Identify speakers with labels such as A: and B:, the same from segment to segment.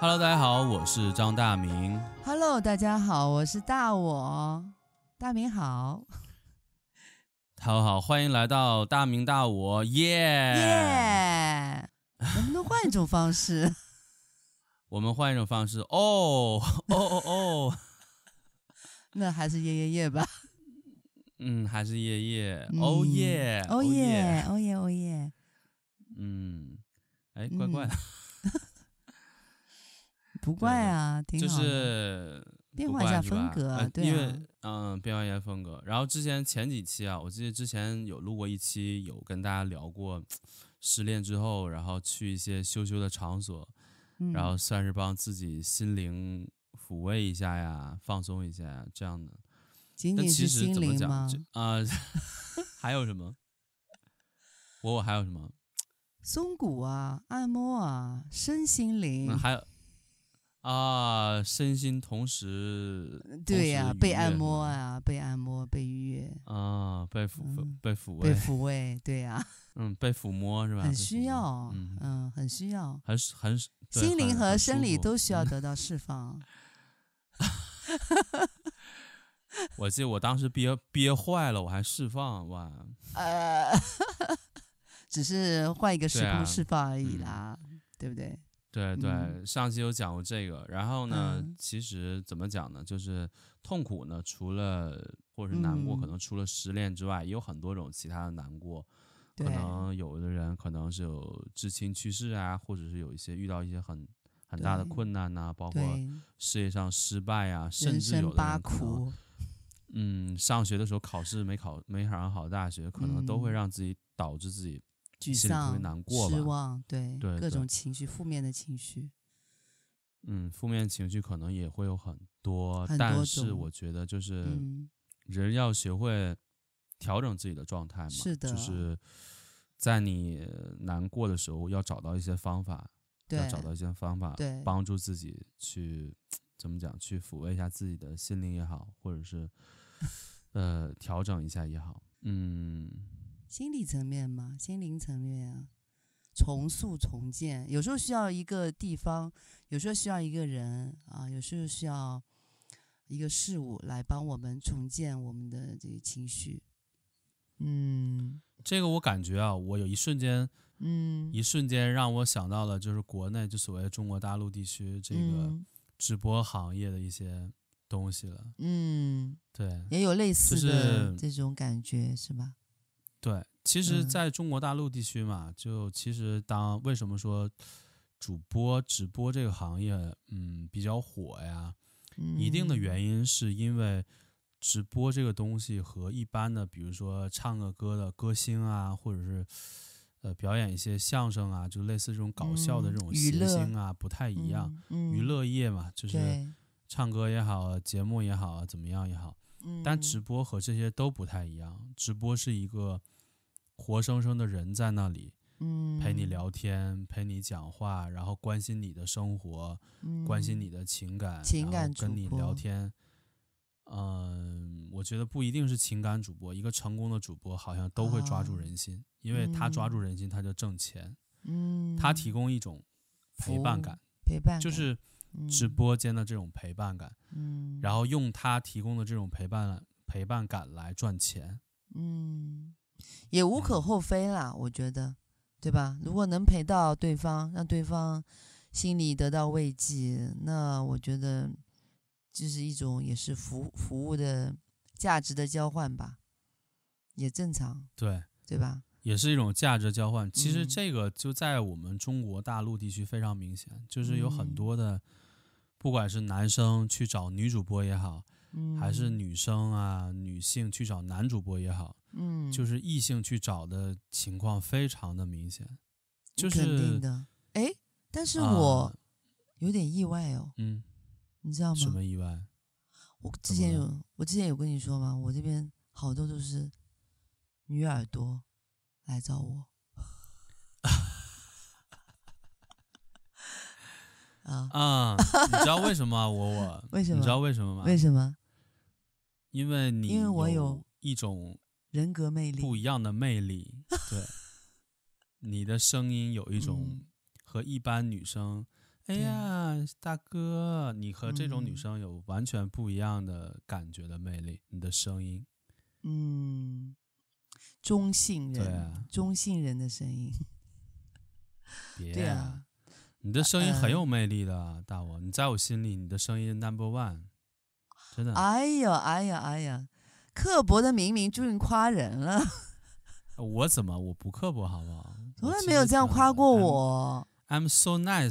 A: Hello，大家好，我是张大明。
B: Hello，大家好，我是大我，大明好，
A: 好好，欢迎来到大明大我，耶、
B: 耶、
A: 哎
B: 能不能换一种 方式？
A: 我们换一种方式，哦 哦哦哦，
B: 那还是耶耶耶吧。
A: 嗯，还是夜夜，
B: 嗯
A: 哦耶，
B: 哦耶，哦耶，哦耶。
A: 嗯，哎，怪怪的，
B: 不怪啊，挺
A: 就
B: 好的。
A: 是
B: 变
A: 不
B: 换一
A: 怪
B: 下
A: 是吧
B: 风格
A: 呃
B: 对
A: 因为
B: 啊
A: 嗯、变换一下风格。然后之前前几期啊，我记得之前有录过一期，有跟大家聊过失恋之后，然后去一些羞羞的场所，
B: 嗯
A: 然后算是帮自己心灵抚慰一下呀，放松一下呀，这样的。
B: 仅
A: 但
B: 仅
A: 其
B: 是
A: 实
B: 心
A: 怎么
B: 灵
A: 讲
B: 吗？
A: 啊、呃 还有什么？我我还有什么？
B: 松骨啊，按摩啊，身心
A: 嗯
B: 灵。
A: 那还有啊、身心同时
B: 对呀、
A: 呀，
B: 被按摩
A: 啊，
B: 啊，被按摩，被愉悦，
A: 啊，被抚、
B: 嗯
A: 被抚
B: 被
A: 慰，
B: 抚慰，对呀、
A: 嗯，被抚摸是吧？
B: 很
A: 被抚
B: 需
A: 摸
B: 要，
A: 嗯，
B: 嗯，很需要，
A: 很是很是对
B: 心灵
A: 很
B: 和
A: 很舒
B: 生理
A: 服
B: 都需要得到释放。
A: 我记得我当时憋憋坏了，我还释放哇，
B: 呃， 只是换一个时
A: 对啊
B: 空释放而已
A: 嗯
B: 啦，对不对？
A: 对对，
B: 嗯
A: 上期有讲过这个。然后呢，
B: 嗯
A: 其实怎么讲呢？就是痛苦呢，除了或者是难过，可
B: 嗯
A: 能除了失恋之外，也有很多种其他的难过。
B: 对
A: 可，能有的人可能是有至亲去世啊，或者是有一些遇到一些很很大的
B: 对
A: 困难呐、包括
B: 对，
A: 事业上失败啊，甚
B: 人
A: 至有
B: 生
A: 的
B: 八
A: 人可能
B: 苦，
A: 嗯，上学的时候考试没考没考上好大学，可能都会
B: 嗯
A: 让自己导致自己
B: 沮
A: 心里特别
B: 丧、
A: 难过吧
B: 失望，对，
A: 对对
B: 各种情绪，负面的情绪，
A: 嗯，负面情绪可能也会有很多，
B: 很
A: 但
B: 多
A: 是
B: 种
A: 我觉得就是
B: 嗯，
A: 人要学会调整自己的状态嘛，
B: 是的
A: 就是在你难过的时候要找到一些方法，要
B: 对，
A: 找到一些方法
B: 对
A: 帮助自己去怎么讲，去抚慰一下自己的心灵也好，或者 是呃调整一下也好，嗯，
B: 心理层面嘛，心灵层面啊，重塑重建，有时候需要一个地方，有时候需要一个人啊，有时候需要一个事物来帮我们重建我们的这个情绪。嗯
A: 这个我感觉啊，我有一瞬间。
B: 嗯，
A: 一瞬间让我想到了，就是国内就所谓中国大陆地区这个直播行业的一些东西了。
B: 嗯，
A: 对
B: 也有类
A: 就
B: 似
A: 是
B: 的这种感觉是吧？
A: 对，其实
B: 嗯
A: 在中国大陆地区嘛，就其实当为什么说主播直播这个行业，嗯，比较火呀，
B: 嗯
A: 一定的原因是因为。直播这个东西和一般的，比如说唱个歌的歌星啊，或者是呃表演一些相声啊，就类似这种搞笑的
B: 嗯
A: 这种
B: 娱
A: 谐
B: 乐
A: 星啊，不太一样。，
B: 嗯，
A: 娱乐业嘛，就是
B: 对，
A: 唱歌也好，节目也好，怎么样也好，
B: 嗯
A: 但直播和这些都不太一样。直播是一个活生生的人在那里
B: 嗯
A: 陪你聊天，陪你讲话，然后关心你的生活，
B: 嗯
A: 关心你的情感，
B: 情
A: 然
B: 感
A: 后跟
B: 主
A: 你
B: 播
A: 聊天。嗯，我觉得不一定是情感主播，一个成功的主播好像都会抓住
B: 啊
A: 人心，因为他抓住人心，他就挣钱，
B: 嗯，
A: 他提供一种陪
B: 服
A: 伴
B: 务
A: 感，
B: 陪伴
A: 就
B: 感
A: 是直播间的这种陪伴感。
B: 嗯，
A: 然后用他提供的这种陪伴陪伴感来赚钱。
B: 嗯，也无可厚非啦，我觉得，对吧？如果能陪到对方，让对方心里得到慰藉，那我觉得就是一种也是服服务的价值的交换吧，也正常，
A: 对，
B: 对吧？
A: 也是一种价值交换。其实
B: 嗯
A: 这个就在我们中国大陆地区非常明显，就是有很
B: 嗯
A: 多的，不管是男生去找女主播也好，
B: 嗯，
A: 还是女生啊女性去找男主播也好，
B: 嗯，
A: 就是异性去找的情况非常的明显。就
B: 肯定
A: 是
B: 的。哎，但是
A: 啊
B: 我有点意外哦，
A: 嗯，
B: 你知道
A: 什
B: 吗？
A: 么意外？
B: 我
A: 怎
B: 之
A: 么
B: 前
A: 了
B: 有我之前有跟你说吗？我这边好多都是女耳朵来找我。啊，
A: 啊，你知道为什么啊我我
B: 为什
A: 你知
B: 么
A: 道为什么吗？
B: 为什么
A: 因为你
B: 因为我有
A: 一种
B: 人格魅力
A: 不一样的魅 力。对，你的声音有一种
B: 嗯
A: 和一般女生，哎、哎呀，大哥，你和这种女
B: 嗯
A: 生有完全不一样的感觉的魅力，你的声音，
B: 嗯，中性
A: 对
B: 人，
A: 啊，
B: 中性人的声音，
A: 别
B: 对
A: 啊
B: 啊，
A: 你的声音很
B: 嗯
A: 有魅力的，大我，你在我心里，你的声音 number one，真的，
B: 哎呀哎呀哎呀，刻薄的明明就已经夸人了，
A: 呃我怎么我不刻薄好不好？
B: 从
A: 我
B: 来
A: 其
B: 没有
A: 实
B: 这样
A: 挺
B: 夸
A: 好的哎
B: 过。我
A: I'm, I'm so nice，、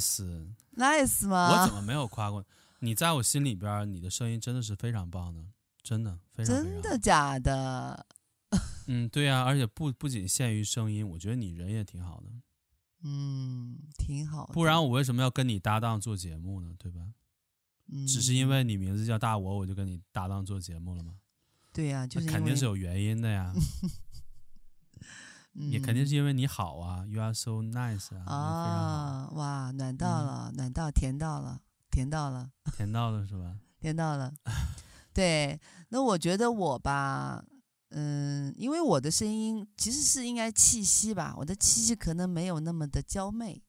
B: ，nice
A: 我
B: 吗
A: 怎？么没有夸过你？在我心里边儿，你的声音真的是非常棒的，真的非常非常
B: 真的假的？
A: 嗯，对呀、而且不不仅限于声音，我觉得你人也挺好的，
B: 嗯，挺好的。
A: 不然我为什么要跟你搭档做节目呢？对吧？
B: 嗯，
A: 只是因为你名字叫大我，我就跟你搭档做节目了吗？
B: 对呀、就
A: 那
B: 是因
A: 肯定
B: 为
A: 是有原因的 呀，
B: 嗯、
A: 也肯定是因为你好啊，You are so nice 啊，你非常好
B: 啊，哇，暖到
A: 嗯
B: 了，暖到甜到了，甜到了。
A: 甜到了是吧？
B: 听 到了。对，那我觉得我吧，嗯，因为我的声音其实是应该气息吧，我的气息可能没有那么的娇媚，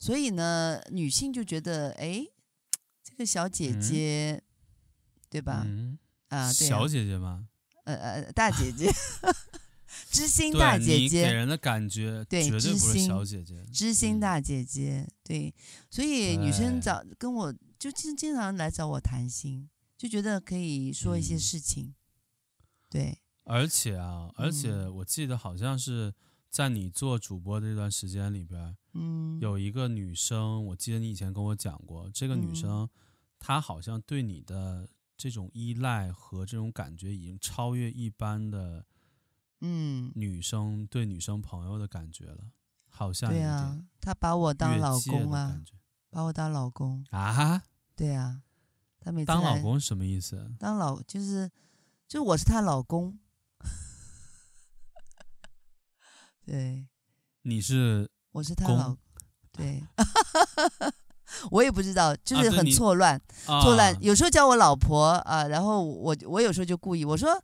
B: 所以呢，女性就觉得，哎，这个小姐
A: 嗯
B: 姐，对吧？
A: 嗯，
B: 啊，对啊
A: 小姐姐嘛，
B: 呃呃，大姐姐， 知心
A: 对
B: 大姐
A: 你给
B: 姐，
A: 人的感觉
B: 对
A: 绝对
B: 知
A: 不是
B: 心
A: 小姐姐，
B: 知心
A: 嗯
B: 大姐姐，对，所以女
A: 对
B: 生找跟我就经经常来找我谈心，就觉得可以说一些
A: 嗯
B: 事情，对。
A: 而且啊，而且
B: 嗯
A: 我记得好像是在你做主播这段时间里边儿，
B: 嗯，
A: 有一个女生，我记得你以前跟我讲过，这个女
B: 嗯
A: 生、她好像对你的这种依赖和这种感觉已经超越一般的
B: 嗯，
A: 女生对女生朋友的感觉了，好像有
B: 对
A: 点
B: 啊，他把我当
A: 越
B: 老
A: 界
B: 公
A: 的
B: 啊
A: 感，觉
B: 把我当老公，
A: 啊，
B: 对啊，他每次
A: 当老
B: 来
A: 公是什么意思？
B: 当老就是就我是他老公， 对，
A: 你是
B: 我是他
A: 公
B: 老，对，我也不知道，就
A: 啊
B: 是
A: 对
B: 很
A: 你
B: 错乱，
A: 啊，
B: 错乱，有时候叫我老婆啊，然后我我有时候就故意我说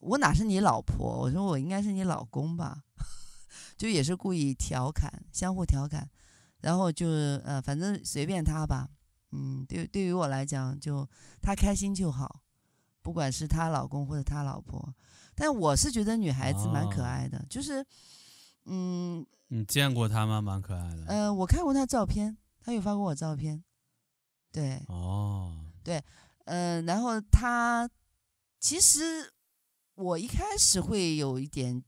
B: 我哪是你老婆，我说我应该是你老公吧， 就也是故意调侃，相互调侃，然后就是呃，反正随便他吧，嗯，对，对于我来讲，就他开心就好，不管是他老公或者他老婆，但我是觉得女孩子蛮可
A: 啊
B: 爱的，就是嗯
A: 你见过她吗？蛮可爱的。
B: 呃，我看过她照片，她有发过我照片，对，
A: 哦，
B: 嗯、然后他其实我一开始会有一点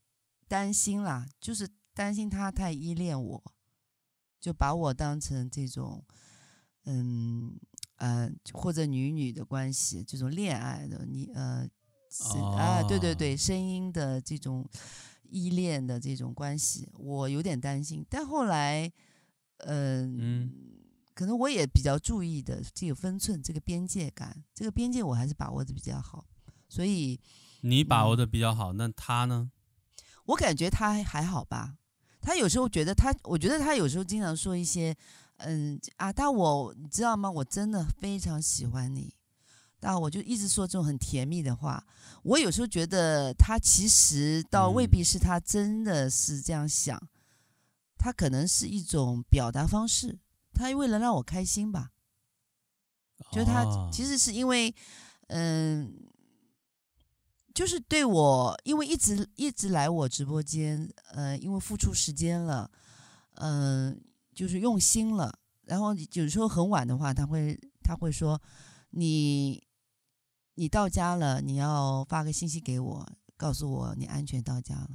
B: 担心啦，就是担心他太依恋我，就把我当成这种，嗯呃，或者女女的关系，这种恋爱的你呃，是啊，对对对，
A: 哦
B: 声音的这种依恋的这种关系，我有点担心。但后来，嗯、
A: 嗯
B: 可能我也比较注意的这个分寸、这个边界感，这个边界我还是把握的比较好，所以
A: 你把
B: 嗯
A: 握的比较好，那她呢？
B: 我感觉他还还好吧。他有时候觉得他，我觉得他有时候经常说一些，嗯啊，但我你知道吗？我真的非常喜欢你，但我就一直说这种很甜蜜的话。我有时候觉得他其实倒未
A: 嗯
B: 必是他真的是这样想，他可能是一种表达方式，他为了让我开心吧。就是他
A: 哦
B: 其实是因为，嗯，就是对我，因为一直一直来我直播间，呃，因为付出时间了，嗯、就是用心了。然后有时候很晚的话，他会他会说，你你到家了，你要发个信息给我，告诉我你安全到家了。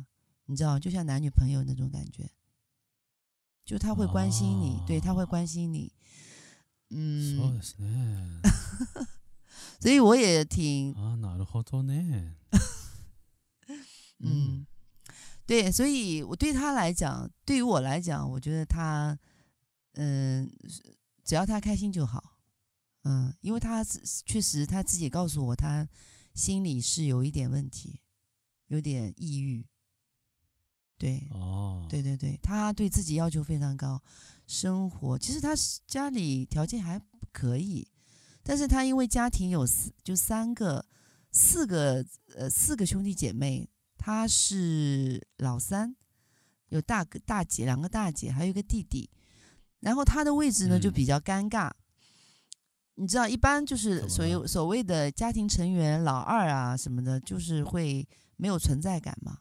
B: 你知道，就像男女朋友那种感觉，就他会关心你，对他会关心你。嗯，
A: そうですね。
B: 所以我也挺
A: 啊，なるほどね。
B: 嗯，对，所以我对他来讲，对于我来讲，我觉得他嗯，是只要他开心就好，嗯，因为他是确实他自己告诉我，他心里是有一点问题，有点抑郁，对，
A: 哦，
B: 对对对，他对自己要求非常高，生活其实他是家里条件还可以，但是他因为家庭有四就三个四个呃四个兄弟姐妹，他是老三，有大哥大姐两个大姐，还有一个弟弟，然后他的位置呢就
A: 嗯
B: 比较尴尬。你知道，一般就是
A: 怎么
B: 所谓
A: 了
B: 所谓的家庭成员老二啊什么的，就是会没有存在感嘛，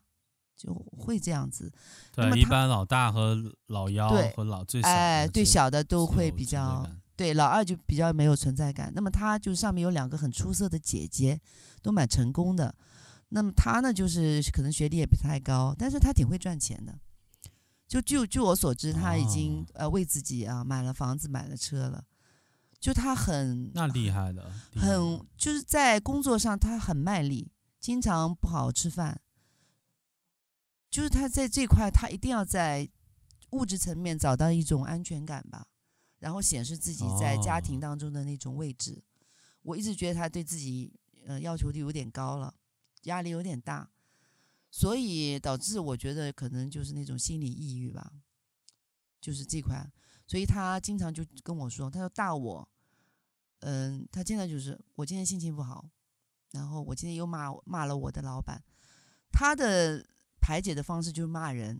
B: 就会这样子。那么
A: 对，一
B: 他
A: 般老大和老幺
B: 对
A: 和老最小的
B: 哎，对
A: 这
B: 小的
A: 这
B: 都
A: 有
B: 会
A: 存
B: 比
A: 在
B: 较
A: 感
B: 对，老二就比较没有存在感。那么他就上面有两个很出色的姐姐，都蛮成功的。那么他呢，就是可能学历也不太高，但是他挺会赚钱的。就就据我所知，他已经、
A: 哦
B: 呃为自己啊买了房子，买了车了。就他很
A: 那厉害的，厉害的
B: 啊很就是在工作上他很卖力，经常不好好吃饭。就是他在这块，他一定要在物质层面找到一种安全感吧，然后显示自己在家庭
A: 哦
B: 当中的那种位置。我一直觉得他对自己呃要求的有点高了，压力有点大，所以导致我觉得可能就是那种心理抑郁吧，就是这块。所以他经常就跟我说，他说大我，嗯，他经常就是我今天心情不好，然后我今天又骂我骂了我的老板，他的排解的方式就是骂人，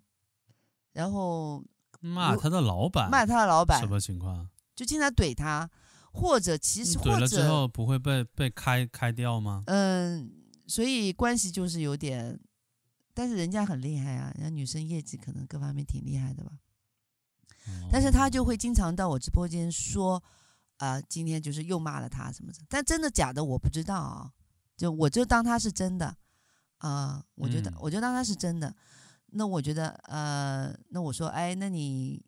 B: 然后
A: 骂
B: 我
A: 他的老板，
B: 骂他的老板
A: 什，么情况？
B: 就经常怼他，或者其实
A: 怼
B: 或
A: 了之
B: 者
A: 后不会被被开开掉吗？
B: 嗯，所以关系就是有点，但是人家很厉害啊，人家女生业绩可能各方面挺厉害的吧。
A: 哦
B: 但是他就会经常到我直播间说，啊、今天就是又骂了他什么的，但真的假的我不知道啊，就我就当他是真的，啊、我觉得、
A: 嗯
B: 我就当他是真的，那我觉得呃，那我说哎，那你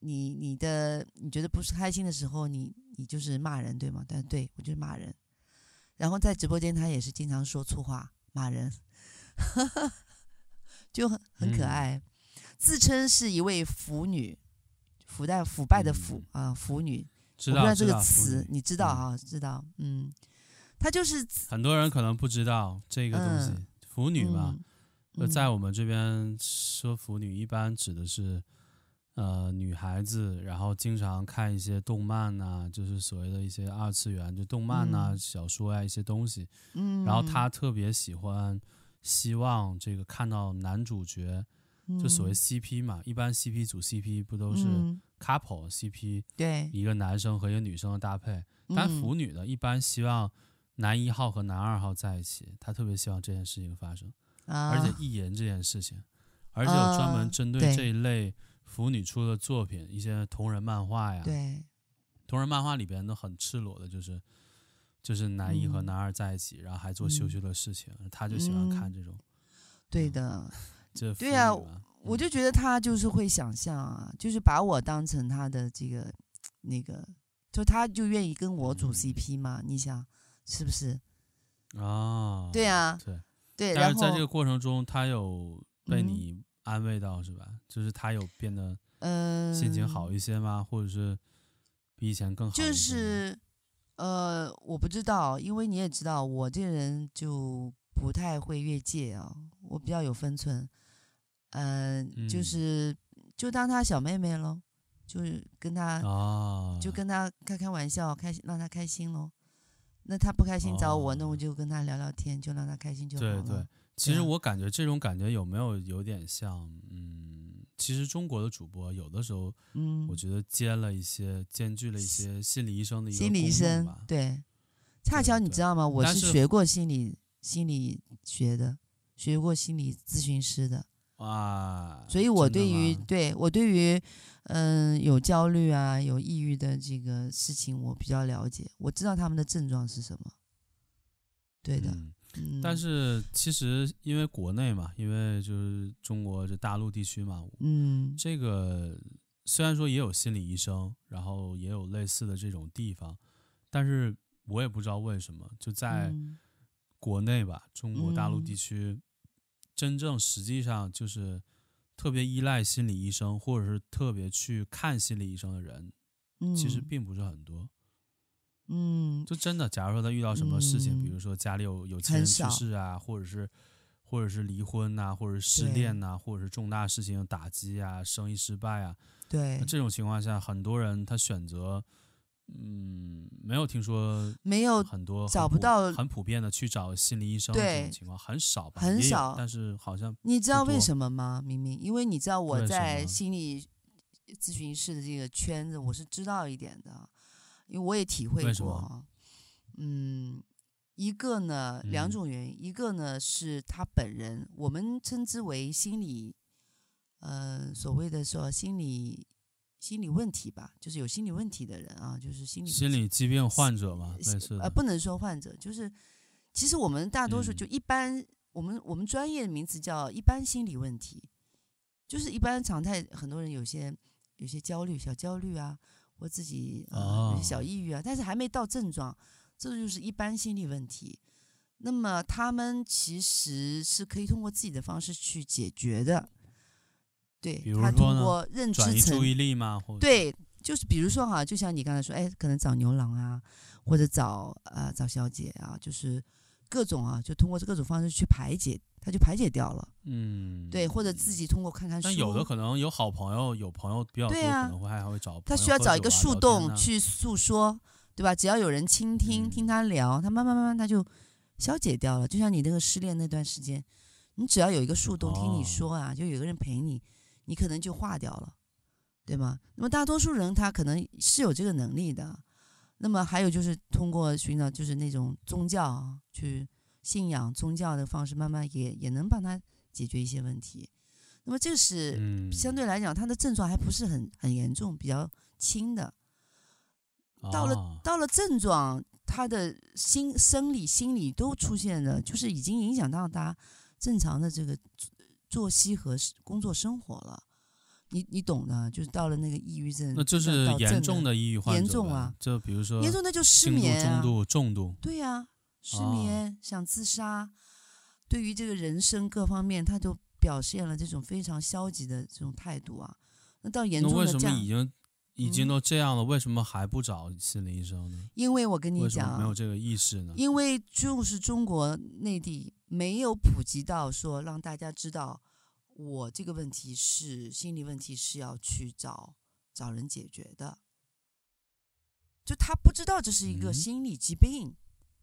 B: 你你的你觉得不是开心的时候，你你就是骂人对吗？但对我就是骂人，然后在直播间他也是经常说粗话骂人， 就很很可
A: 嗯
B: 爱，自称是一位腐女。腐败腐败的腐啊、腐女，
A: 嗯知
B: 我不知
A: 道
B: 道这
A: 知
B: 个
A: 道妇
B: 词
A: 女，
B: 你知道
A: 嗯
B: 哈、知道，嗯，他就是
A: 很多人可能不知道这个东西
B: 嗯，
A: 腐女嘛，
B: 嗯，
A: 就呃
B: 嗯
A: 在我们这边说腐女，一般指的是呃女孩子，然后经常看一些动漫呐、就是所谓的一些二次元，就动漫呐、
B: 嗯
A: 小说呀、一些东西。
B: 嗯，
A: 然后她特别喜欢，希望这个看到男主角，就所谓
B: 嗯
A: CP 嘛，一般 CP 组 CP 不都是
B: 嗯
A: couple CP，、
B: 对，
A: 一个男生和一个女生的搭配。但
B: 嗯
A: 腐女呢，一般希望男一号和男二号在一起，她特别希望这件事情发生。
B: 啊，
A: 而且艺人这件事情，而且有专门
B: 啊
A: 针
B: 对
A: 对这一类腐女出的作品，一些同人漫画呀，
B: 对，
A: 同人漫画里边都很赤裸的，就是就是男一和
B: 嗯
A: 男二在一起，然后还做羞
B: 嗯
A: 羞的事情，他就喜欢看这种，
B: 对
A: 嗯
B: 的，
A: 这
B: 对
A: 腐
B: 呀
A: 女嘛嗯
B: 我就觉得他就是会想象啊，就是把我当成他的这个那个，就他就愿意跟我组
A: 嗯
B: CP 嘛，你想是不是？
A: 啊，
B: 对呀
A: 对，
B: 对，
A: 但
B: 然
A: 是
B: 后
A: 在这个过程中，他有被
B: 嗯
A: 你安慰到是吧？就是他有变得
B: 嗯，
A: 心情好一些吗？或者是比以前更好一些吗？
B: 就是，呃，我不知道，因为你也知道，我这人就不太会越界啊，我比较有分寸。嗯、就
A: 嗯
B: 是就当她小妹妹喽，就是跟她、
A: 啊，
B: 就跟她开开玩笑，开心让她开心喽。那她不开心找我，那我
A: 哦
B: 就跟她聊聊天，就让她开心就好
A: 对
B: 了。
A: 对，其实
B: 啊
A: 我感觉这种感觉有没有有点像，嗯，其实中国的主播有的时候，
B: 嗯，
A: 我觉得兼了一些，兼具了一些心理医生的一个
B: 心理医
A: 功用
B: 生
A: 吧。
B: 对。恰
A: 对
B: 巧你
A: 对
B: 知道吗？我
A: 但
B: 是
A: 是
B: 学过心理心理学的，学过心理咨询师的。
A: 哇，
B: 所以我
A: 真的
B: 对于
A: 吗
B: 对我对于嗯、有焦虑啊有抑郁的这个事情我比较了解，我知道他们的症状是什么。对的，
A: 嗯
B: 嗯，
A: 但是其实因为国内嘛，因为就是中国这大陆地区嘛，
B: 嗯
A: 这个虽然说也有心理医生，然后也有类似的这种地方，但是我也不知道为什么，就在
B: 嗯
A: 国内吧，中国大陆
B: 嗯
A: 地区，真正实际上就是特别依赖心理医生，或者是特别去看心理医生的人，其实
B: 嗯
A: 并不是很多。
B: 嗯
A: 就真的，假如说他遇到什么事情，比
B: 嗯
A: 如说家里有有亲
B: 很
A: 人去
B: 少
A: 世啊，或者是或者是离婚呐、或者是失
B: 对
A: 恋呐、或者是重大事情的打击啊，生意失败啊，
B: 对
A: 那这种情况下，很多人他选择，嗯，没有听说
B: 没有
A: 很多很
B: 找不
A: 普
B: 到
A: 很普遍的去找心理医生的这
B: 对
A: 种情况很少吧，
B: 很
A: 也有
B: 少
A: 但是好像
B: 你知道为
A: 多
B: 什么吗？明明，因为你知道我
A: 为什
B: 在
A: 么
B: 心理咨询师的这个圈子，我是知道一点的，因为我也体会
A: 为什
B: 过
A: 么
B: 啊。嗯，一个呢，两
A: 嗯
B: 种原因，一个呢是他本人，我们称之为心理，呃，所谓的说心理心理问题吧，就是有心理问题的人啊，就是心理
A: 心理疾病患者嘛，类似
B: 呃，
A: 的，
B: 不能说患者，就是其实我们大多数
A: 嗯
B: 就一般，我们我们专业的名词叫一般心理问题，就是一般常态，很多人有些有些焦虑、小焦虑啊，或自己呃、有些小
A: 哦
B: 抑郁啊，但是还没到症状，这就是一般心理问题。那么他们其实是可以通过自己的方式去解决的，对
A: 比如
B: 他
A: 说
B: 通
A: 呢
B: 过认知
A: 转移
B: 层
A: 注意力嘛，或者，
B: 对，就是比如说哈，就像你刚才说，哎，可能找牛郎啊，或者找呃找小姐啊，就是各种啊，就通过各种方式去排解，他就排解掉了。
A: 嗯，
B: 对，或者自己通过看看书，
A: 但有的可能有好朋友，有朋友比较多，
B: 对啊
A: 可能会还会找
B: 他
A: 朋友
B: 需要
A: 喝
B: 找一
A: 酒
B: 个
A: 啊
B: 树
A: 聊天
B: 洞
A: 啊
B: 去诉说，对吧？只要有人倾听，
A: 嗯
B: 听他聊，他慢慢慢慢他就消解掉了。就像你那个失恋那段时间，你只要有一个树洞听你
A: 哦
B: 说啊，就有个人陪你，你可能就化掉了，对吗？那么大多数人他可能是有这个能力的。那么还有就是通过寻找就是那种宗教啊去信仰宗教的方式，慢慢也也能帮他解决一些问题。那么这是
A: 嗯，
B: 相对来讲，他的症状还不是很很严重，比较轻的。到了
A: 啊
B: 到了症状，他的心、生理、心理都出现了，就是已经影响到他正常的这个作作息和是工作生活了。你你懂的，就是到了那个抑郁症，
A: 那这
B: 到
A: 是
B: 到
A: 严
B: 症
A: 重
B: 了，
A: 的抑郁患者
B: 严
A: 呗，
B: 重啊
A: 就比如说
B: 严重的就失
A: 轻度、
B: 眠
A: 中
B: 啊，
A: 度、重度，
B: 对呀、失
A: 哦
B: 眠、想自杀，对于这个人生各方面，他就表现了这种非常消极的这种态度啊。那到严
A: 那
B: 重
A: 为
B: 的
A: 什
B: 这
A: 么
B: 样
A: 已，经已经
B: 嗯
A: 都这样了，为什么还不找心理医生呢？
B: 因为我跟你
A: 为什
B: 讲
A: 么
B: 啊，
A: 没有这个意识呢？
B: 因为就是中国内地没有普及到说让大家知道，我这个问题是心理问题是要去找找人解决的。就他不知道这是一个
A: 嗯
B: 心理疾病，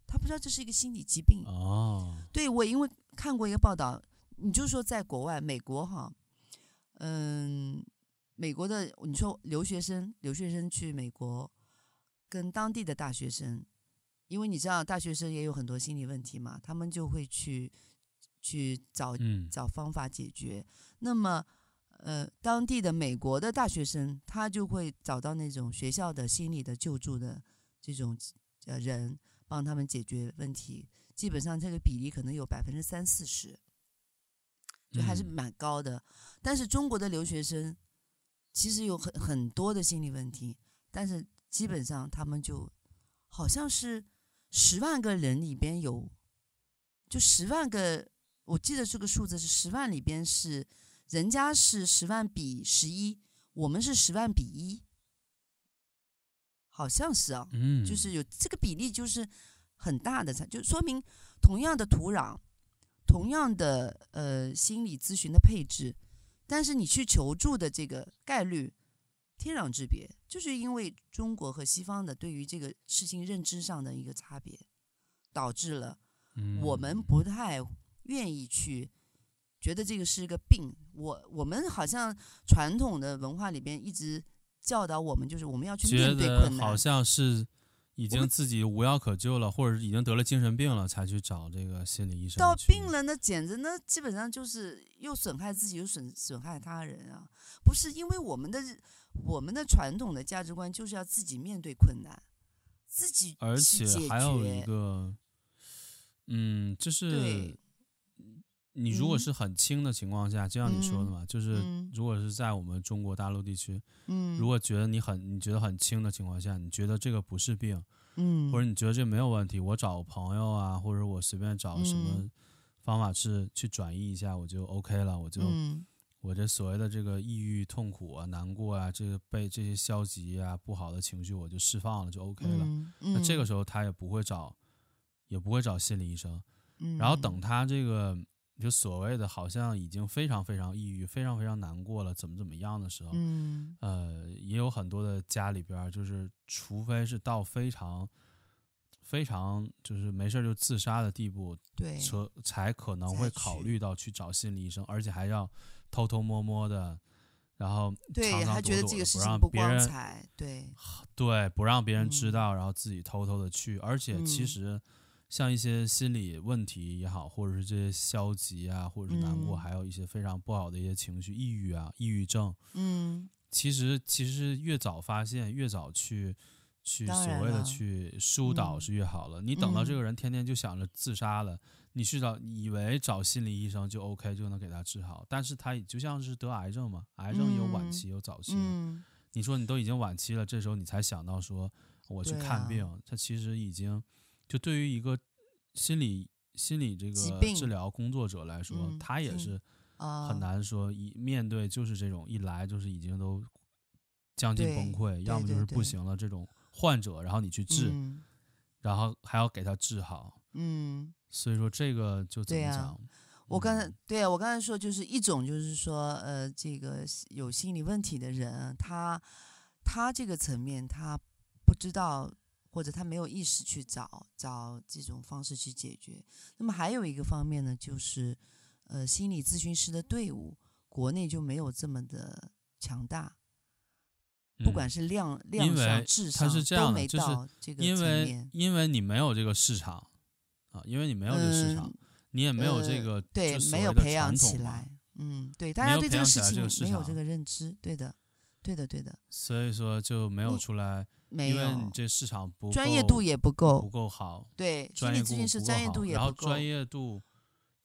B: 他不知道这是一个心理疾病。
A: 哦，
B: 对我因为看过一个报道，你就说在国外美国哈，嗯，美国的你说留学生留学生去美国，跟当地的大学生，因为你知道大学生也有很多心理问题嘛，他们就会去去找
A: 嗯，
B: 找方法解决。那么，呃，当地的美国的大学生，他就会找到那种学校的心理的救助的这种呃人，帮他们解决问题。基本上这个比例可能有百分之三四十，就还是
A: 嗯
B: 蛮高的。但是中国的留学生其实有很很多的心理问题，但是基本上他们就好像是十万个人里边有，就十万个，我记得这个数字是十万里边是人家是十万比十一，我们是十万比一，好像是啊，
A: 嗯，
B: 就是有这个比例就是很大的差，就说明同样的土壤，同样的呃心理咨询的配置，但是你去求助的这个概率天壤之别，就是因为中国和西方的对于这个事情认知上的一个差别，导致了我们
A: 嗯
B: 不太愿意去。觉得这个是个病，我我们好像传统的文化里边一直教导我们，就是我们要去
A: 觉
B: 面对
A: 得
B: 困难，
A: 好像是已
B: 们
A: 经自己无药可救了，或者是已经得了精神病了，才去找这个心理医生。
B: 到病，了，那简直那基本上就是又损害自己又损损害他人啊！不是因为我们的我们的传统的价值观就是要自己面对困难，自己去
A: 而且
B: 解
A: 还有一
B: 决
A: 个，嗯，就是
B: 对，
A: 你如果
B: 嗯
A: 是很轻的情况下，就像你说的
B: 嗯
A: 嘛，就是
B: 嗯
A: 如果是在我们中国大陆地区，
B: 嗯，
A: 如果觉得你很你觉得很轻的情况下，你觉得这个不是病，
B: 嗯
A: 或者你觉得这没有问题，我找朋友啊，或者我随便找什么
B: 嗯
A: 方法是去转移一下，我就 OK 了，我就
B: 嗯
A: 我这所谓的这个抑郁、痛苦啊、难过啊，这个被这些消极啊、不好的情绪，我就释放了，就 OK 了。
B: 嗯，
A: 那这个
B: 嗯
A: 时候他也不会找，也不会找心理医生，
B: 嗯
A: 然后等他这个就所谓的好像已经非常非常抑郁、非常非常难过了，怎么怎么样的时候，
B: 嗯
A: 呃，也有很多的家里边儿就是，除非是到非常。非常就是没事儿就自杀的地步，
B: 对
A: 车才可能
B: 才
A: 会考
B: 去
A: 虑到去找心理医生，而且还要偷偷摸摸的，然后
B: 对
A: 藏藏躲
B: 他觉得
A: 躲
B: 这
A: 的
B: 个事
A: 不
B: 情
A: 让
B: 不
A: 别
B: 光
A: 人
B: 彩， 对，
A: 对，不让别人知
B: 嗯
A: 道，然后自己偷偷的去。而且其
B: 嗯
A: 实像一些心理问题也好，或者是这些消极啊，或者是难过，
B: 嗯
A: 还有一些非常不好的一些情绪，抑郁啊、抑郁症，
B: 嗯，
A: 其实其实越早发现，越早去去
B: 当
A: 所
B: 然
A: 谓的
B: 了
A: 去疏导
B: 嗯
A: 是越好了。你等到这
B: 嗯
A: 个人天天就想着自杀了，你去找你以为找心理医生就 OK 就能给他治好，但是他也就像是得癌症嘛，癌症也有晚
B: 嗯
A: 期有早期嘛。
B: 嗯，
A: 你说你都已经晚期了，这时候你才想到说我去
B: 对
A: 看
B: 啊
A: 病，它其实已经就对于一个心理心理这
B: 疾
A: 个
B: 病
A: 治疗工作者来说，
B: 嗯
A: 他也
B: 嗯
A: 是
B: 啊，
A: 很难说一面对就是这种一来就是已经都将近崩
B: 对
A: 溃，要
B: 对
A: 么就
B: 对
A: 是不
B: 对
A: 行了这种患者，然后你去治，
B: 嗯
A: 然后还要给他治好，
B: 嗯
A: 所以说这个就怎么
B: 对啊
A: 讲？
B: 我刚才
A: 嗯
B: 对啊，我刚才说就是一种就是说，呃，这个是有心理问题的人，他他这个层面他不知道或者他没有意识去找找这种方式去解决。那么还有一个方面呢，就是呃，心理咨询师的队伍国内就没有这么的强大，不管
A: 嗯
B: 是量
A: 因
B: 量
A: 为
B: 上、质
A: 它
B: 上
A: 是这样
B: 都
A: 的
B: 没
A: 就是
B: 到这个
A: 因
B: 层
A: 为
B: 面。
A: 因为你没有这个市场啊，因为你没有这个市场。
B: 嗯，
A: 你也没有这
B: 呃
A: 个、
B: 对
A: 就，所
B: 没有
A: 谓的
B: 培
A: 传
B: 养起
A: 统嘛
B: 来。嗯，对，大
A: 没
B: 家
A: 有
B: 对
A: 培
B: 这
A: 养
B: 个
A: 起
B: 事
A: 来这
B: 情
A: 个市
B: 没有
A: 场
B: 这个认知，对的，对的，对的，
A: 所以说就没有
B: 你
A: 出来，
B: 没
A: 因为你
B: 有
A: 这市场不
B: 专业
A: 够
B: 度也不
A: 不
B: 够，
A: 够好，
B: 对，心
A: 专
B: 理
A: 业
B: 咨
A: 度
B: 询师
A: 不够
B: 专业
A: 好
B: 度也
A: 然后
B: 不够，
A: 专业度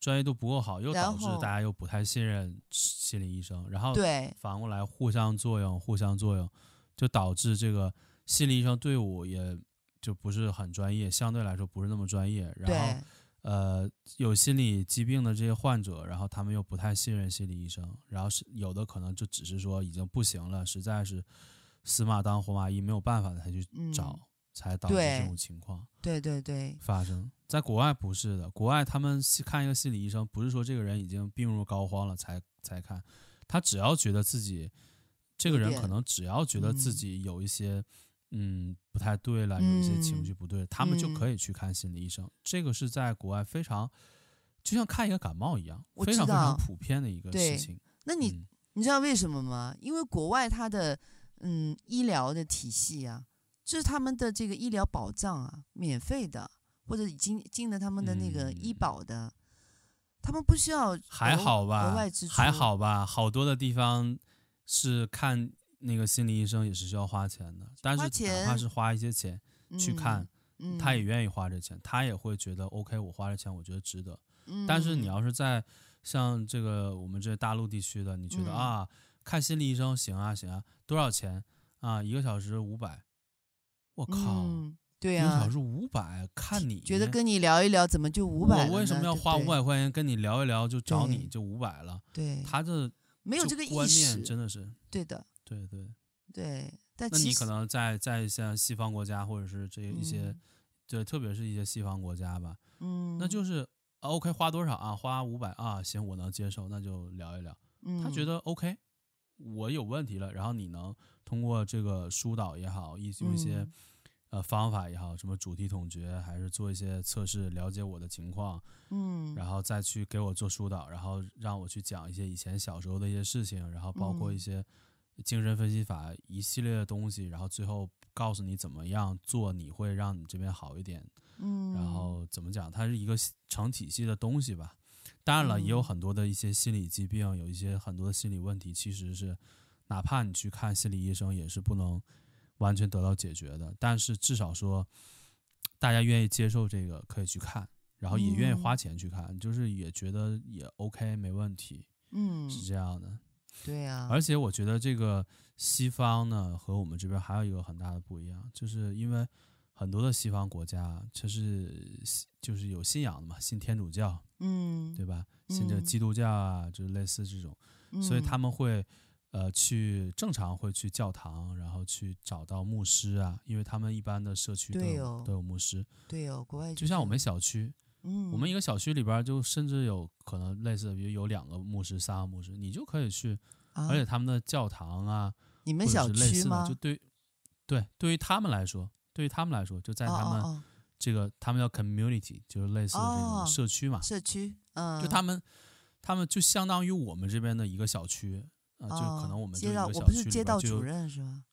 A: 专业度不够好，又
B: 然
A: 导致
B: 后
A: 大家又不太信任心理医生，然后
B: 对，
A: 反过来互相作用，互相作用，就导致这个心理医生队伍也就不是很专业，相对来说不是那么专业，然后
B: 对，
A: 呃，有心理疾病的这些患者，然后他们又不太信任心理医生，然后是有的可能就只是说已经不行了，实在是死马当活马医，没有办法才去
B: 嗯，
A: 找，才导致这
B: 对
A: 种情况
B: 对对对，
A: 发生。在国外不是的，国外他们西看一个心理医生，不是说这个人已经病入膏肓了才才看，他只要觉得自己这个人可
B: 点
A: 能嗯只要觉得自
B: 嗯
A: 己有一些嗯不太对了，有一些情
B: 嗯
A: 绪不对，他们就
B: 嗯
A: 可以去看心理医生。这个是在国外非常就像看一个感冒一样，
B: 我
A: 非
B: 知
A: 常非常
B: 道
A: 普遍的一个事
B: 对
A: 情。
B: 那你
A: 嗯，
B: 你知道为什么吗？因为国外它的嗯医疗的体系啊，就是他们的这个医疗保障啊，免费的，或者已经进了他们的那个医
A: 嗯
B: 保的，他们不需要
A: 还
B: 额
A: 好吧
B: 额外支，出，
A: 还好吧，好多的地方是看那个心理医生也是需要花钱的，但是
B: 花
A: 哪怕
B: 钱
A: 是花一些钱去看，
B: 嗯，
A: 他也
B: 嗯，
A: 愿意花这钱，他也会觉得 OK，我花这钱我觉得值得。
B: 嗯
A: 但是你要是在像这个我们这大陆地区的，你觉得
B: 嗯
A: 啊，看心理医生行啊行啊，多少钱啊？一个小时五百，我
B: 嗯
A: 靠，
B: 嗯对
A: 一个
B: 呀
A: 小，时五百，看你
B: 觉得跟你聊一聊怎么就五百，
A: 我为什么要花五百块钱跟你聊一聊就找你
B: 对
A: 就五百了？
B: 对，
A: 他这
B: 没有
A: 就
B: 这个意
A: 观
B: 识
A: 念，真的是，
B: 对的，
A: 对对。
B: 对。但
A: 那
B: 其
A: 你
B: 实
A: 可能在在像西方国家，或者是这一些，对，特别是一些西方国家吧，
B: 嗯，
A: 那就是啊 OK 花多少啊？花五百啊，行，我能接受，那就聊一聊。他觉
B: 嗯
A: 得 OK，我有问题了，然后你能通过这个疏导也好，一用一些、
B: 嗯
A: 呃方法也好，什么主题统觉，还是做一些测试，了解我的情况，
B: 嗯，
A: 然后再去给我做疏导，然后让我去讲一些以前小时候的一些事情，然后包括一
B: 嗯
A: 些精神分析法一系列的东西，然后最后告诉你怎么样做，你会让你这边好一点。
B: 嗯，
A: 然后怎么讲，它是一个系成体系的东西吧。当然了，也有
B: 嗯
A: 很多的一些心理疾病，有一些很多的心理问题，其实是哪怕你去看心理医生，也是不能完全得到解决的。但是至少说，大家愿意接受这个，可以去看，然后也愿意花
B: 嗯
A: 钱去看，就是也觉得也 OK，没问题，
B: 嗯，
A: 是这样的。
B: 对啊，
A: 而且我觉得这个西方呢和我们这边还有一个很大的不一样，就是因为很多的西方国家它是信就是有信仰的嘛，信天主教
B: 嗯，
A: 对吧？信这个
B: 嗯
A: 基督教啊，就类似这种，所以他
B: 们
A: 们会呃去正常会去教堂，然后去找到牧师啊，因为他们一般的社区都
B: 对
A: 有、
B: 哦
A: 都有牧师，
B: 对哦，国外
A: 就像我
B: 是
A: 们小区，
B: 嗯，
A: 我们一个小区里边儿就甚至有可能类似，比如有两个牧师、三个牧师，你就可以去，
B: 啊
A: 而且他们的教堂啊。
B: 你
A: 或
B: 们
A: 者
B: 小
A: 是类
B: 区
A: 似的，
B: 吗
A: 就？对，对，对于他们来说，对于他们来说，就在
B: 哦
A: 他们
B: 哦
A: 这个，他们叫 community，就是类似的这种
B: 哦
A: 社区嘛
B: 哦，社区，嗯，
A: 就他们，他们就相当于我们这边的一个小区，啊，就可能我们
B: 哦街道，
A: 就一个
B: 我
A: 小
B: 不是
A: 区里
B: 街
A: 边
B: 道
A: 就
B: 主
A: 有
B: 任是吧？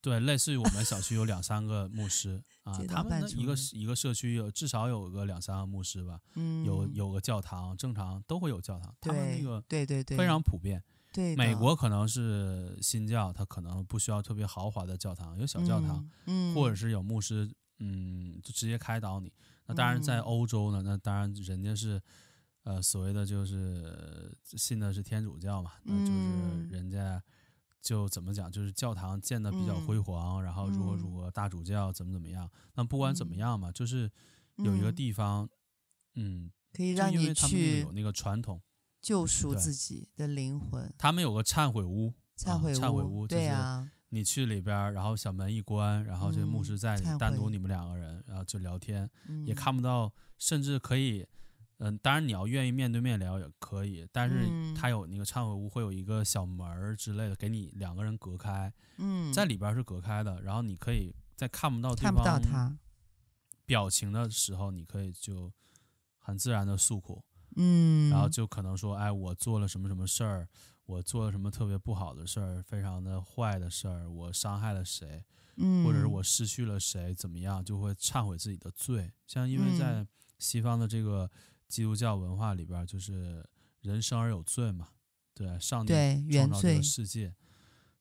A: 对，类似于我们小区有两三个牧 师啊
B: 街，道
A: 他们
B: 办
A: 那
B: 主
A: 一个
B: 任
A: 一个社区有至少有个两三个牧师吧，
B: 嗯，
A: 有有个教堂，正常都会有教堂，他们
B: 对
A: 那个
B: 对对对，
A: 非常普遍。
B: 对
A: 美
B: 的
A: 国可能是新教，它可能不需要特别豪华的教堂，有小教堂，，
B: 嗯，
A: 或者
B: 是
A: 是有牧师，嗯，就直接开导你。那当然，在
B: 嗯
A: 欧洲呢，那当然人家是，呃，所谓的就是信的是天主教嘛，那就是
B: 嗯
A: 人家就怎么讲，就是教堂建的比较
B: 嗯
A: 辉煌，然后如何如
B: 嗯
A: 何，大主教怎么怎么样。那不管怎么
B: 嗯
A: 样嘛，就是有一个
B: 嗯
A: 地方，嗯，
B: 可以
A: 就
B: 让
A: 因
B: 你
A: 为他们那个
B: 去
A: 有那个传统，
B: 救赎
A: 对
B: 自己的灵魂，
A: 他们有个忏悔屋。啊
B: 忏悔
A: 忏悔屋就
B: 对
A: 是
B: 啊，
A: 你去里边儿，然后小门一关，然后这牧
B: 嗯
A: 师在里
B: 忏
A: 单独
B: 悔
A: 你们两个人，然后就聊天，也
B: 嗯
A: 看不到，甚至可以，嗯、当然你要愿意面对面聊也可以，但是
B: 嗯
A: 他有那个忏悔屋会有一个小门儿之类的，给你两个人隔开，
B: 嗯，
A: 在里边儿是隔开的，然后你可以在看不到对
B: 看不到
A: 方
B: 他，
A: 表情的时候，你可以就很自然的诉苦，
B: 嗯，
A: 然后就可能说，哎，我做了什么什么事儿，我做了什么特别不好的事儿，非常的坏的事儿，我伤害了谁。或者是
B: 嗯
A: 我失去了谁，怎么样，就会忏悔自己的罪。像因为
B: 嗯
A: 在西方的这个基督教文化里边儿，就是人生而有罪嘛，对，上帝
B: 对
A: 创
B: 原
A: 造这
B: 罪
A: 个，世界，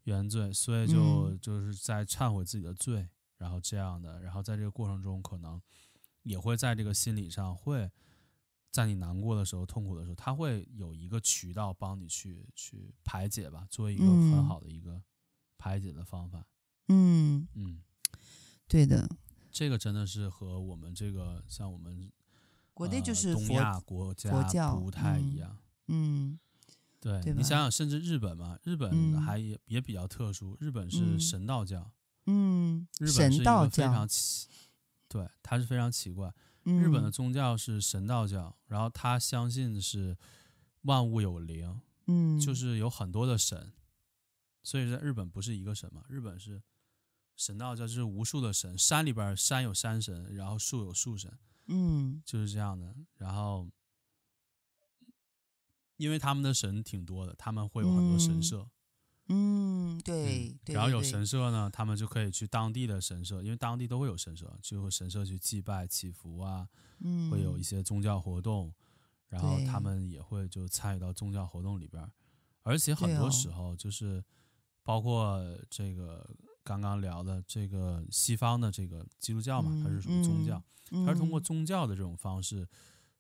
A: 原罪，所以就、
B: 嗯
A: 就是在忏悔自己的罪，然后这样的，然后在这个过程中，可能也会在这个心理上会。在你难过的时候、痛苦的时候，他会有一个渠道帮你去去排解吧，作为一个很
B: 嗯
A: 好的一个排解的方法。
B: 嗯，
A: 嗯
B: 对的，
A: 这个真的是和我们这个像我们
B: 国内就
A: 呃
B: 是
A: 东
B: 佛，
A: 亚国家
B: 佛教
A: 不太一
B: 嗯
A: 样。
B: 嗯
A: 对
B: 对
A: 你
B: 吧
A: 想想，甚至日本嘛，日本
B: 嗯
A: 还也、也比较特殊。日本是
B: 嗯
A: 神道教，
B: 嗯，
A: 日本是
B: 神
A: 一
B: 道
A: 个非
B: 教
A: 常，奇，对，它是非常奇怪。
B: 嗯
A: 日本的宗教是神道教，然后他相信的是万物有灵，
B: 嗯
A: 就是有很多的神，所以在日本不是一个神嘛，日本是神道教，就是无数的神，山里边儿山有山神，然后树有树神。
B: 嗯
A: 就是这样的。然后，因为他们的神挺多的，他们会有很多神
B: 嗯
A: 社。
B: 嗯，
A: 嗯
B: 对对，
A: 然后
B: 对
A: 有
B: 对
A: 神社呢，他们就可以去当地的神社，因为当地都会有神社，就会神社去祭拜、祈福啊，
B: 嗯
A: 会有一些宗教活动，然后他
B: 对
A: 们也会就参与到宗教活动里边儿。而且很
B: 对
A: 多
B: 哦
A: 时候就是，包括这个刚刚聊的这个西方的这个基督教嘛，它是
B: 嗯
A: 属于宗教。
B: 嗯
A: 他是通过
B: 嗯
A: 宗教的这种方式，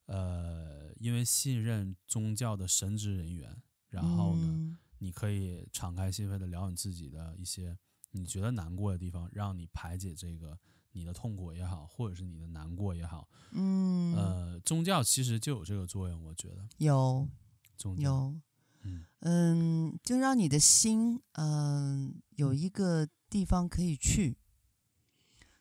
A: 呃，因为信任宗教的神职人员，然后呢，
B: 嗯
A: 你可以敞开心扉的聊你自己的一些你觉得难过的地方，让你排解这个你的痛苦也好，或者是你的难过也好，
B: 嗯
A: 呃，宗教其实就有这个作用，我觉得
B: 有
A: 宗教，
B: 有，
A: 嗯
B: 嗯，就让你的心，嗯，有一个地方可以去，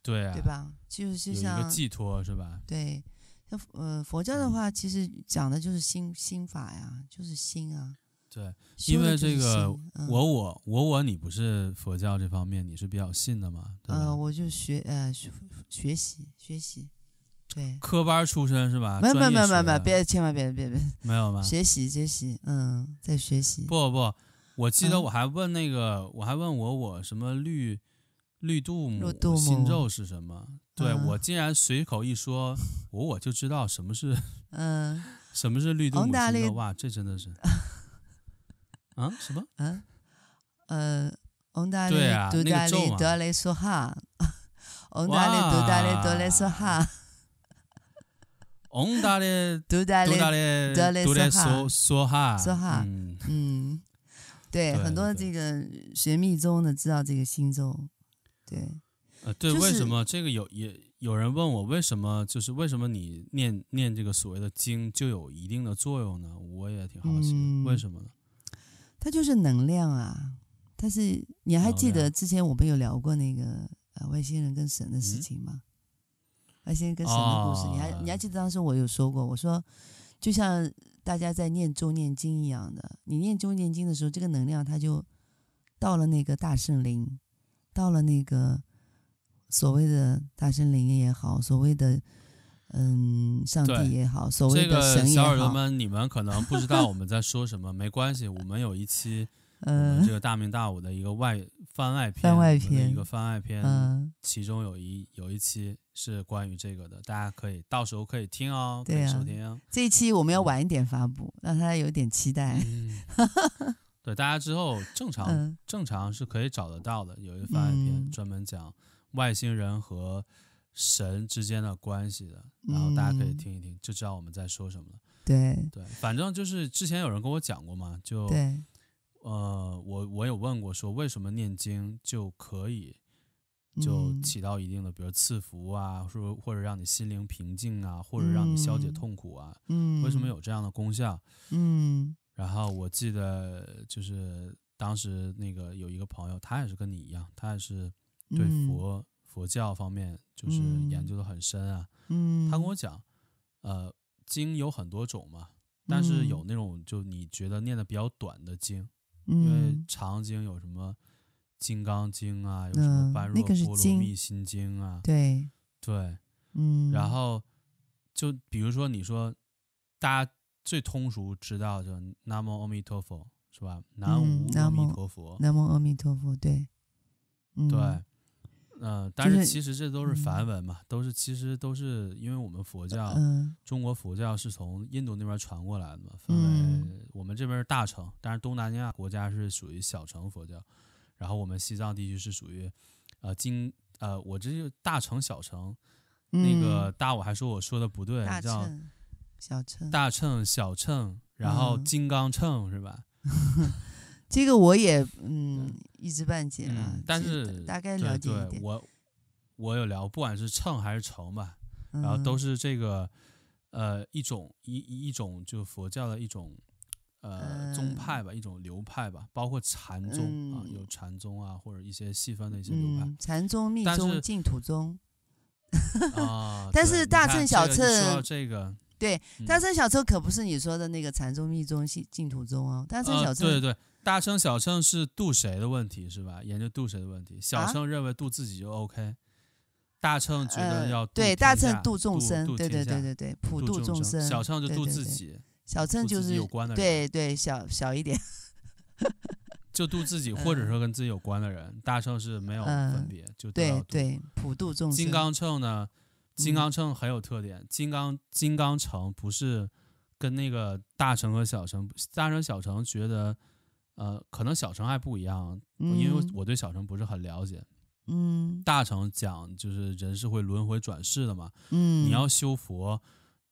A: 对啊，
B: 对？吧？就是
A: 有
B: 就
A: 一个
B: 像
A: 寄托是吧？
B: 对，像呃佛教的
A: 嗯
B: 话，其实讲的就是心心法呀，就是心啊。
A: 对，
B: 修
A: 因
B: 的
A: 为
B: 就
A: 这
B: 是
A: 个
B: 心嗯
A: 我我我我，你不是佛教这方面你是比较信的嘛？对吧？
B: 呃，我就学呃学学习学习，对，
A: 科班出身是吧？
B: 没有没有
A: 啊专
B: 没
A: 业
B: 有
A: 学
B: 没有
A: 啊
B: 没有，
A: 的
B: 别千万别别别
A: 没有吗？
B: 学习学习，嗯，在学习，
A: 不不，我记得
B: 嗯
A: 我还问那个，我还问我我什么绿绿度母、
B: 绿度
A: 心
B: 母
A: 咒是什么？对、
B: 嗯
A: 我竟然随口一说，我我就知道什么是
B: 嗯
A: 什么是绿度
B: 哦
A: 母
B: 那
A: 心
B: 绿
A: 咒。哇，这真的 是啊什么？
B: 嗯呃，翁达利
A: 对啊
B: 杜
A: 那个
B: 达
A: 咒
B: 利
A: 嘛
B: 德雷梭哈，翁达利杜达利德雷梭哈，
A: 嗡达嘞，
B: 杜达
A: 嘟
B: 利，
A: 达嘞，
B: 得嘞
A: 嘟嘞，
B: 梭
A: 梭
B: 哈
A: 梭哈，
B: 梭哈
A: 嗯，
B: 嗯，对，
A: 对
B: 很多
A: 对
B: 这个学密宗的知道这个心咒，对，
A: 呃，对，
B: 就
A: 为
B: 是
A: 什么这个有也有人问我为什么就是为什么你念念这个所谓的经就有一定的作用呢？我也挺好奇的，为
B: 嗯
A: 什么呢？
B: 它就是能量啊。但是你还
A: 能
B: 记得
A: 量
B: 之前我们有聊过那个呃外星人跟神的
A: 嗯
B: 事
A: 哦
B: 情吗？外星人跟神的故事，你还你还记得当时我有说过，我说就像大家在念咒念经一样的，你念咒念经的时候，这个能量它就到了那个大圣灵，到了那个所谓的大圣灵也好，所谓的嗯上
A: 对
B: 帝也好，所
A: 这
B: 谓的
A: 个
B: 神也
A: 小耳朵
B: 好，
A: 们，你们可能不知道我们在说什么，没关系，我们有一期我
B: 嗯
A: 们这个大明大武的一个外番外篇，
B: 番外
A: 我们的
B: 篇
A: 一个番外篇，
B: 嗯，
A: 其中有一有一期是关于这个的，大家可以到时候可以听哦，
B: 对啊
A: 可以收听哦。
B: 这一期我们要晚一点发布，让他有点期待。
A: 嗯对，大家之后正常、
B: 哎嗯
A: 正常是可以找得到的，有一个番外篇
B: 嗯
A: 专门讲外星人和神之间的关系的，然后大家可以
B: 嗯
A: 听一听，就知道我们在说什么了。
B: 对
A: 对，反正就是之前有人跟我讲过嘛，就
B: 对，
A: 呃，我我有问过说为什么念经就可以就
B: 嗯
A: 起到一定的，比如赐福啊，说或者让你心灵平静啊，或者让你消解
B: 嗯
A: 痛苦啊，
B: 嗯，
A: 为什么有这样的功效？
B: 嗯
A: 然后我记得就是当时那个有一个朋友，他也是跟你一样，他也是对
B: 嗯
A: 佛、佛教方面就是研究的很深啊。
B: 嗯，
A: 他跟我讲，呃，经有很多种嘛，但是
B: 嗯
A: 有那种就你觉得念的比较短的经，因为
B: 嗯
A: 长经有什么。金刚经啊，有什么
B: 嗯
A: 般若
B: 那个是
A: 波罗
B: 经
A: 蜜心经啊？
B: 对
A: 对，
B: 嗯，
A: 然后就比如说你说，大家最通俗知道就南无阿弥陀佛是吧？南
B: 嗯
A: 无阿
B: 南
A: 弥
B: 无
A: 陀佛，
B: 南无阿弥陀佛，对，嗯
A: 对，呃，但
B: 就是是
A: 其实这都是梵
B: 嗯
A: 文嘛，都是其实都是因为我们佛教，
B: 嗯
A: 中国佛教是从印度那边传过来的嘛，分为
B: 嗯
A: 我们这边是大乘，但是东南亚国家是属于小乘佛教，然后我们西藏地区是属于，呃，金呃，我这就大乘小乘，那个
B: 嗯
A: 大我还说我说的不对，
B: 大
A: 叫。
B: 乘小乘，
A: 大秤、小秤，然后
B: 嗯
A: 金刚秤是吧？
B: 这个我也嗯一知半解了
A: 嗯，但
B: 其实
A: 是
B: 大大概了
A: 对
B: 解一
A: 对，
B: 点，
A: 我我有聊，不管是秤还是乘吧，然后都
B: 嗯
A: 是这个呃一种一一种就佛教的一种呃宗
B: 嗯
A: 派吧，一种流派吧，包括禅宗啊，
B: 嗯
A: 有禅宗啊，或者一些细分的一些流派
B: 嗯禅宗、密
A: 但是
B: 宗、净土宗，
A: 啊。
B: 嗯 但
A: 对
B: 是
A: 你
B: 大
A: 看这
B: 秤小
A: 个一说到
B: 秤
A: 这个，
B: 对
A: 嗯，
B: 大乘小乘可不是你说的那个禅宗、密宗、净净土宗哦，大乘
A: 呃
B: 小乘、
A: 对对对，大乘小乘是度谁的问题是吧？研究度谁的问题，小
B: 啊
A: 乘认为度自己就 OK，、大乘觉得
B: 呃
A: 要度
B: 对
A: 天
B: 大
A: 下
B: 乘度众生，
A: 度
B: 对对对，
A: 天
B: 对对，
A: 下
B: 普
A: 度
B: 众
A: 生，小乘就
B: 对
A: 度
B: 对
A: 自
B: 对
A: 己，
B: 小乘
A: 度
B: 就
A: 自己
B: 是
A: 有关的人，
B: 对对小小一点，
A: 就度自己或者说跟自己有关的人，大乘是没有分
B: 嗯
A: 别，就都要
B: 对
A: 度。
B: 对普度众生。
A: 金刚秤呢，金
B: 嗯
A: 刚秤很有特点，金刚金刚乘不是跟那个大乘和小乘，大乘小乘觉得。呃，可能小乘还不一样，因为
B: 嗯
A: 我对小乘不是很了解。
B: 嗯
A: 大乘讲就是人是会轮回转世的嘛，
B: 嗯，
A: 你要修佛，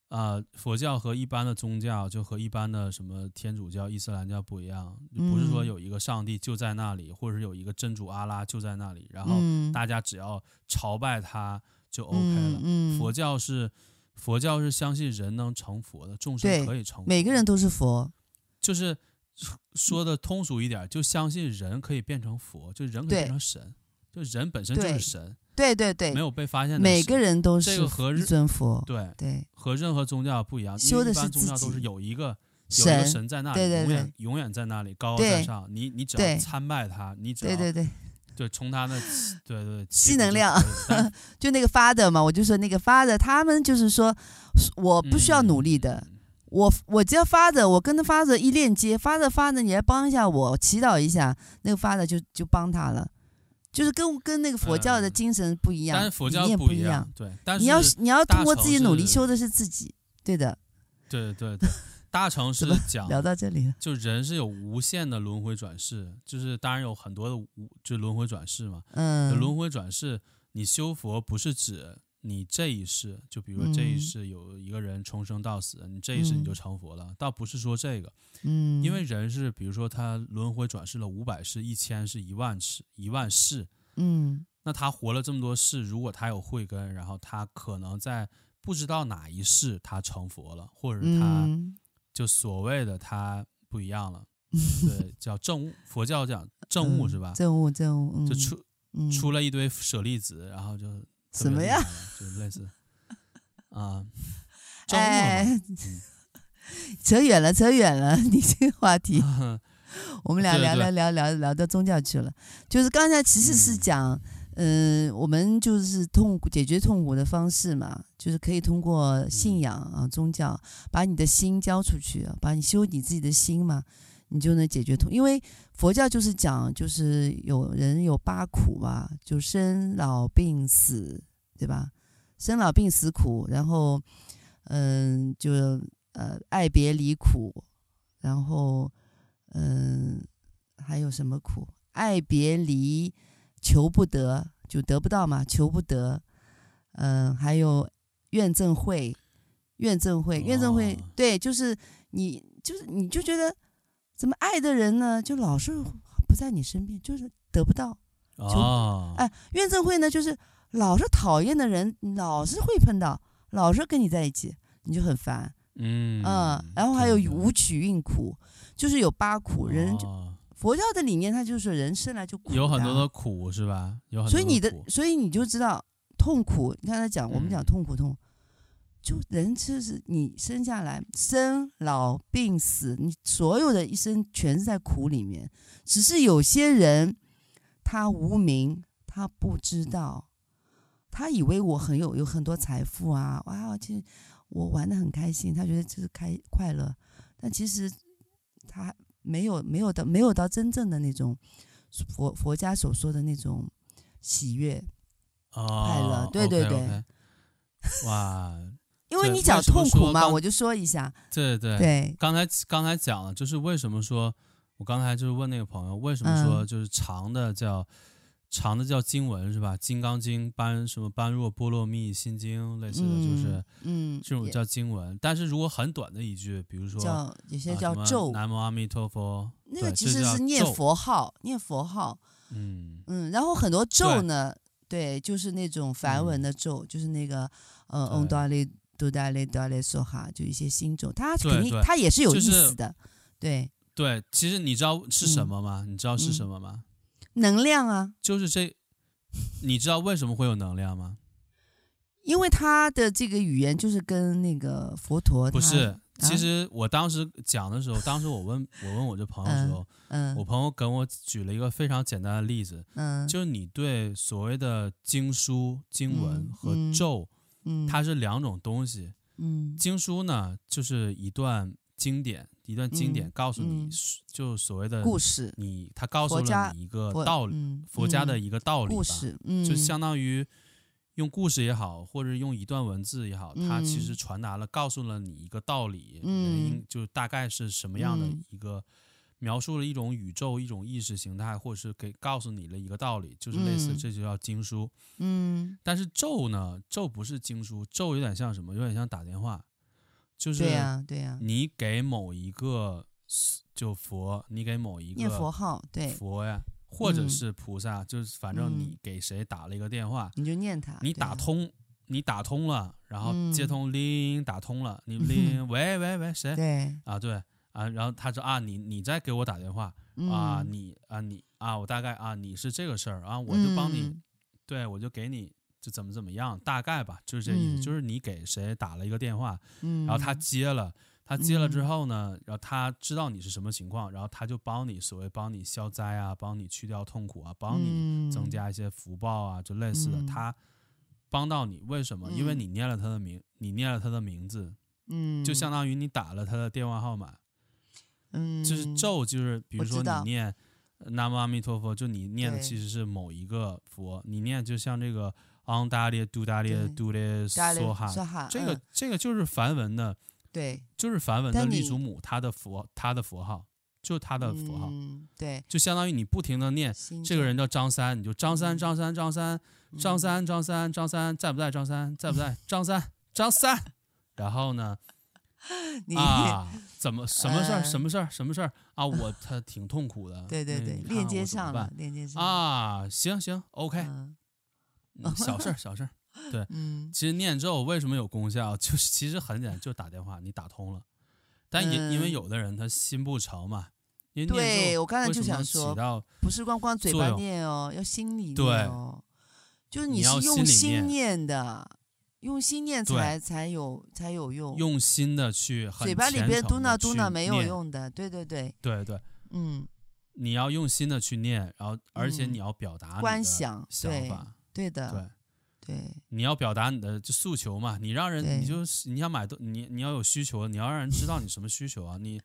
A: 啊，佛教和一般的宗教就和一般的什么天主教、伊斯兰教不一样，就不是说
B: 嗯
A: 有一个上帝就在那里，或者是有一个真主阿拉就在那里，然后
B: 嗯
A: 大家只要朝拜他就 OK
B: 嗯
A: 了。
B: 嗯，
A: 佛教是佛教是相信人能成佛的，众生
B: 对
A: 可以成佛的，
B: 每个人都是佛，
A: 就是说的通俗一点，就相信人可以变成佛，就人可以变
B: 对
A: 成神，就人本身就是
B: 对
A: 神，
B: 对对对
A: 没，有被发现的
B: 每
A: 神
B: 个人都
A: 这
B: 是
A: 个和
B: 一
A: 日
B: 尊佛，
A: 对
B: 对
A: 和任何宗教不一样，因为
B: 修的
A: 一般
B: 是
A: 宗
B: 自
A: 教都是
B: 己
A: 有一个有一个神在那里，
B: 对对
A: 永远
B: 对
A: 永远在那里高高
B: 对
A: 在上，你你只要
B: 对
A: 参拜他，你只要
B: 对对对，
A: 对从他的起对对
B: 吸
A: 起舞
B: 能
A: 就
B: 量
A: 可以但
B: 就那个 father 嘛，我就说那个 father，他们就是说我 不需要努力的，
A: 嗯
B: 我我只要发着，我跟他发着一链接，发着发着，你来帮一下我，祈祷一下，那个发着就就帮他了，就是跟跟那个佛教的
A: 嗯
B: 精神不一样，
A: 但是佛教
B: 理念
A: 不
B: 一
A: 样，对，但是
B: 你要你要
A: 大
B: 通过
A: 乘
B: 自己努力
A: 是
B: 修的是自己，对的。
A: 对对 对，大乘是
B: 怎么
A: 讲
B: 聊到这里了，
A: 就人是有无限的轮回转世，就是当然有很多的无就轮回转世嘛，就
B: 嗯，
A: 轮回转世，你修佛不是指你这一世，就比如说这一
B: 嗯
A: 世有一个人重生到死，你这一世你就
B: 嗯
A: 成佛了，倒不是说这个，
B: 嗯，
A: 因为人是比如说他轮回转世了五百世、一千世、一万世、一万世，
B: 嗯
A: 那他活了这么多世，如果他有慧根，然后他可能在不知道哪一世他成佛了，或者是他
B: 嗯
A: 就所谓的他不一样了。 对，叫正悟，佛教讲正悟
B: 嗯
A: 是吧？
B: 正悟正悟，嗯，
A: 就出
B: 嗯
A: 出了一堆舍利子，然后就特
B: 什
A: 别
B: 么
A: 厉
B: 呀
A: 害了？就是类似 啊，正悟
B: 哎，扯远了，扯远了，你这个 话题。
A: 了嘛，
B: 我们俩
A: 对
B: 聊
A: 对
B: 聊聊聊聊到宗教去了，就是刚才其实是
A: 嗯
B: 讲，嗯、我们就是痛苦解决痛苦的方式嘛，就是可以通啊过信仰啊、宗教，把你的心交出去，把你修你自己的心嘛。你就能解决痛。因为佛教就是讲，就是有人有八苦嘛，就生老病死，对吧？生老病死苦，然后，嗯，就呃爱别离苦，然后，嗯，还有什么苦？爱别离，求不得，就得不到嘛，求不得。嗯，还有怨憎会，怨憎会，怨憎会，
A: 哦
B: 对，就是你，就是你就觉得，怎么爱的人呢，就老是不在你身边，就是得不到。
A: 哦，
B: 哎，怨憎会呢，就是老是讨厌的人，老是会碰到，老是跟你在一起，你就很烦。
A: 嗯
B: 嗯，然后还有
A: 对对
B: 五曲运苦，就是有八苦。人就
A: 哦
B: 佛教的理念，它就是人生来就苦
A: 有很多
B: 的
A: 的
B: 啊，
A: 苦是吧？有很多
B: 所以你的
A: 苦，
B: 所以你就知道痛苦。你看他讲，我们讲
A: 嗯
B: 痛苦痛，就人就是你生下来生老病死，你所有的一生全是在苦里面。只是有些人他无名，他不知道，他以为我很有有很多财富啊，哇，其实我玩的很开心，他觉得这是开快乐，但其实他没有没有到没有到真正的那种佛佛家所说的那种喜悦，
A: 快
B: 乐对对对
A: 哦 哇，
B: 因为
A: 对
B: 你讲
A: 为什么
B: 痛苦
A: 说
B: 嘛，
A: 刚
B: 我就说一下，
A: 对对。
B: 对，
A: 刚才刚才讲了，就是为什么说，我刚才就是问那个朋友，为什么说
B: 嗯
A: 就是长的叫、长的叫经文是吧？《金刚经》般什么般若波罗蜜心经类似的，就是
B: 嗯，
A: 这种
B: 也
A: 叫经文。但是如果很短的一句，比如说
B: 叫有些
A: 啊
B: 叫
A: 什么
B: 咒，
A: 南无阿弥陀佛，
B: 那个
A: 对
B: 其
A: 这
B: 实
A: 叫
B: 是念
A: 咒
B: 佛号，念佛号，
A: 嗯
B: 嗯，然后很多
A: 对
B: 咒呢，对，就是那种梵文
A: 嗯
B: 的咒，就是那个呃
A: 对
B: ，on d a l i do d a l i do d a l i so ha，就一些新咒，它
A: 对
B: 肯定
A: 对
B: 它也是有
A: 就
B: 意
A: 是
B: 思的，对，
A: 对，其实你知道是什
B: 嗯
A: 么吗？你知道是
B: 嗯
A: 什么吗？
B: 能量啊，
A: 就是这，你知道为什么会有能量吗？
B: 因为它的这个语言就是跟那个佛陀
A: 不
B: 它
A: 是，其
B: 啊
A: 实我当时讲的时候，当时我问我问我这朋友的时候，我
B: 嗯
A: 朋友跟我举了一个非常简单的例子，
B: 嗯，
A: 就是你对所谓的经书、经文
B: 嗯
A: 和
B: 嗯
A: 咒，
B: 嗯
A: 它是两种东西。
B: 嗯
A: 经书呢，就是一段经典，一段经典
B: 嗯
A: 告诉你
B: 嗯，
A: 就所谓的
B: 故事
A: 你，它告诉
B: 佛
A: 了
B: 家
A: 你一个
B: 佛
A: 道理，
B: 嗯
A: 佛家的
B: 嗯
A: 一个道理吧
B: 故，事，嗯，
A: 哦就相当于。用故事也好，或者用一段文字也好，它其实
B: 嗯
A: 传达了、告诉了你一个道理，
B: 嗯
A: 人应就大概是什么样的
B: 嗯
A: 一个、描述了一种宇宙、一种意识形态，或者是给告诉你了一个道理，就是类似
B: 嗯
A: 这就叫经书。
B: 嗯，
A: 但是咒呢，咒不是经书，咒有点像什么？有点像打电话，就是
B: 对呀对啊呀，
A: 你给某一个就佛，你给某一
B: 念佛
A: 个
B: 号，对，
A: 佛呀，或者
B: 哎嗯
A: 是菩萨，就是反正你给谁打了一个电话，
B: 你就念它，
A: 你
B: 对啊
A: 打
B: 呀，
A: 通，你打通了，然后接
B: 嗯
A: 通铃，打通了， 你铃，喂喂喂，谁
B: 对
A: 啊？对啊，然后他说啊，你你再给我打电话啊，
B: 嗯
A: 你啊你啊，我大概啊你是这个事儿啊，我就帮你，
B: 嗯
A: 对我就给你就怎么怎么样，大概吧，就是这意思，
B: 嗯
A: 就是你给谁打了一个电话，
B: 嗯，
A: 然后他接了。他接了之
B: 嗯
A: 后呢，然后他知道你是什么情况，然后他就帮你所谓帮你消灾啊，帮你去掉痛苦啊，帮你增
B: 嗯
A: 加一些福报啊，就类似的，
B: 嗯
A: 他帮到你，为什么？因为
B: 嗯
A: 你念了他的名，你念了他的名字，
B: 嗯，
A: 就相当于你打了他的电话号码。
B: 嗯，
A: 就是咒，就是比如
B: 我知
A: 说你
B: 道
A: 念呃南无阿弥陀佛，就你念的
B: 对
A: 其实是某一个佛，你念就像这个昂达列嘟达列
B: 对
A: 嘟列
B: 加了
A: 梭哈，
B: 梭哈，
A: 这个
B: 嗯
A: 这个就是梵文的，
B: 对
A: 就是梵文的
B: 但
A: 立
B: 你
A: 祖母，他的佛，他的佛号，就是他的符号，
B: 嗯，对，
A: 就相当于你不停的念。
B: 心嗯
A: 这个
B: 中
A: 人叫张三，你就张三，
B: 嗯
A: 张三，张三，张三，张三，张三在不在？张三在不 在？张三，张三。然后呢？
B: 嗯你
A: 啊，怎么什么事儿？
B: 呃
A: 什么事儿？什么事儿？啊，我他挺痛苦的。
B: 对对
A: 那
B: 对
A: 嗯你，看
B: 链
A: 看
B: 接
A: 我怎么
B: 上
A: 办
B: 了，链接上了
A: 啊，行行，OK，
B: 嗯
A: 嗯小事儿，小事儿。
B: 嗯
A: 其实念咒为什么有功效？ 就是其实很简单，就打电话，你打通了。但也因为
B: 嗯
A: 有的人他心不诚嘛，因为念
B: 对
A: 咒
B: 我刚才
A: 为
B: 就
A: 什么能
B: 想
A: 起
B: 说，
A: 到
B: 不是光光嘴
A: 作
B: 巴
A: 用
B: 念哦，要心里
A: 对
B: 念哦，就是
A: 你要
B: 是
A: 心
B: 用
A: 里
B: 心
A: 念
B: 念的，用心念
A: 对
B: 才才有才有用，
A: 用心的去很
B: 嘴巴里
A: 虔
B: 边
A: 诚
B: 嘟
A: 地
B: 囔嘟
A: 去
B: 囔没有
A: 念。
B: 用的，对对对，
A: 对对，
B: 嗯，
A: 你要用心的去念，然后而且
B: 嗯
A: 你要表达你的
B: 观想
A: 想
B: 对嗯
A: 法，
B: 对的，
A: 对，
B: 对
A: 你要表达你的就诉求嘛，你让人
B: 对
A: 你就是你要买东你你要有需求，你要让人知道你什么需求啊， 你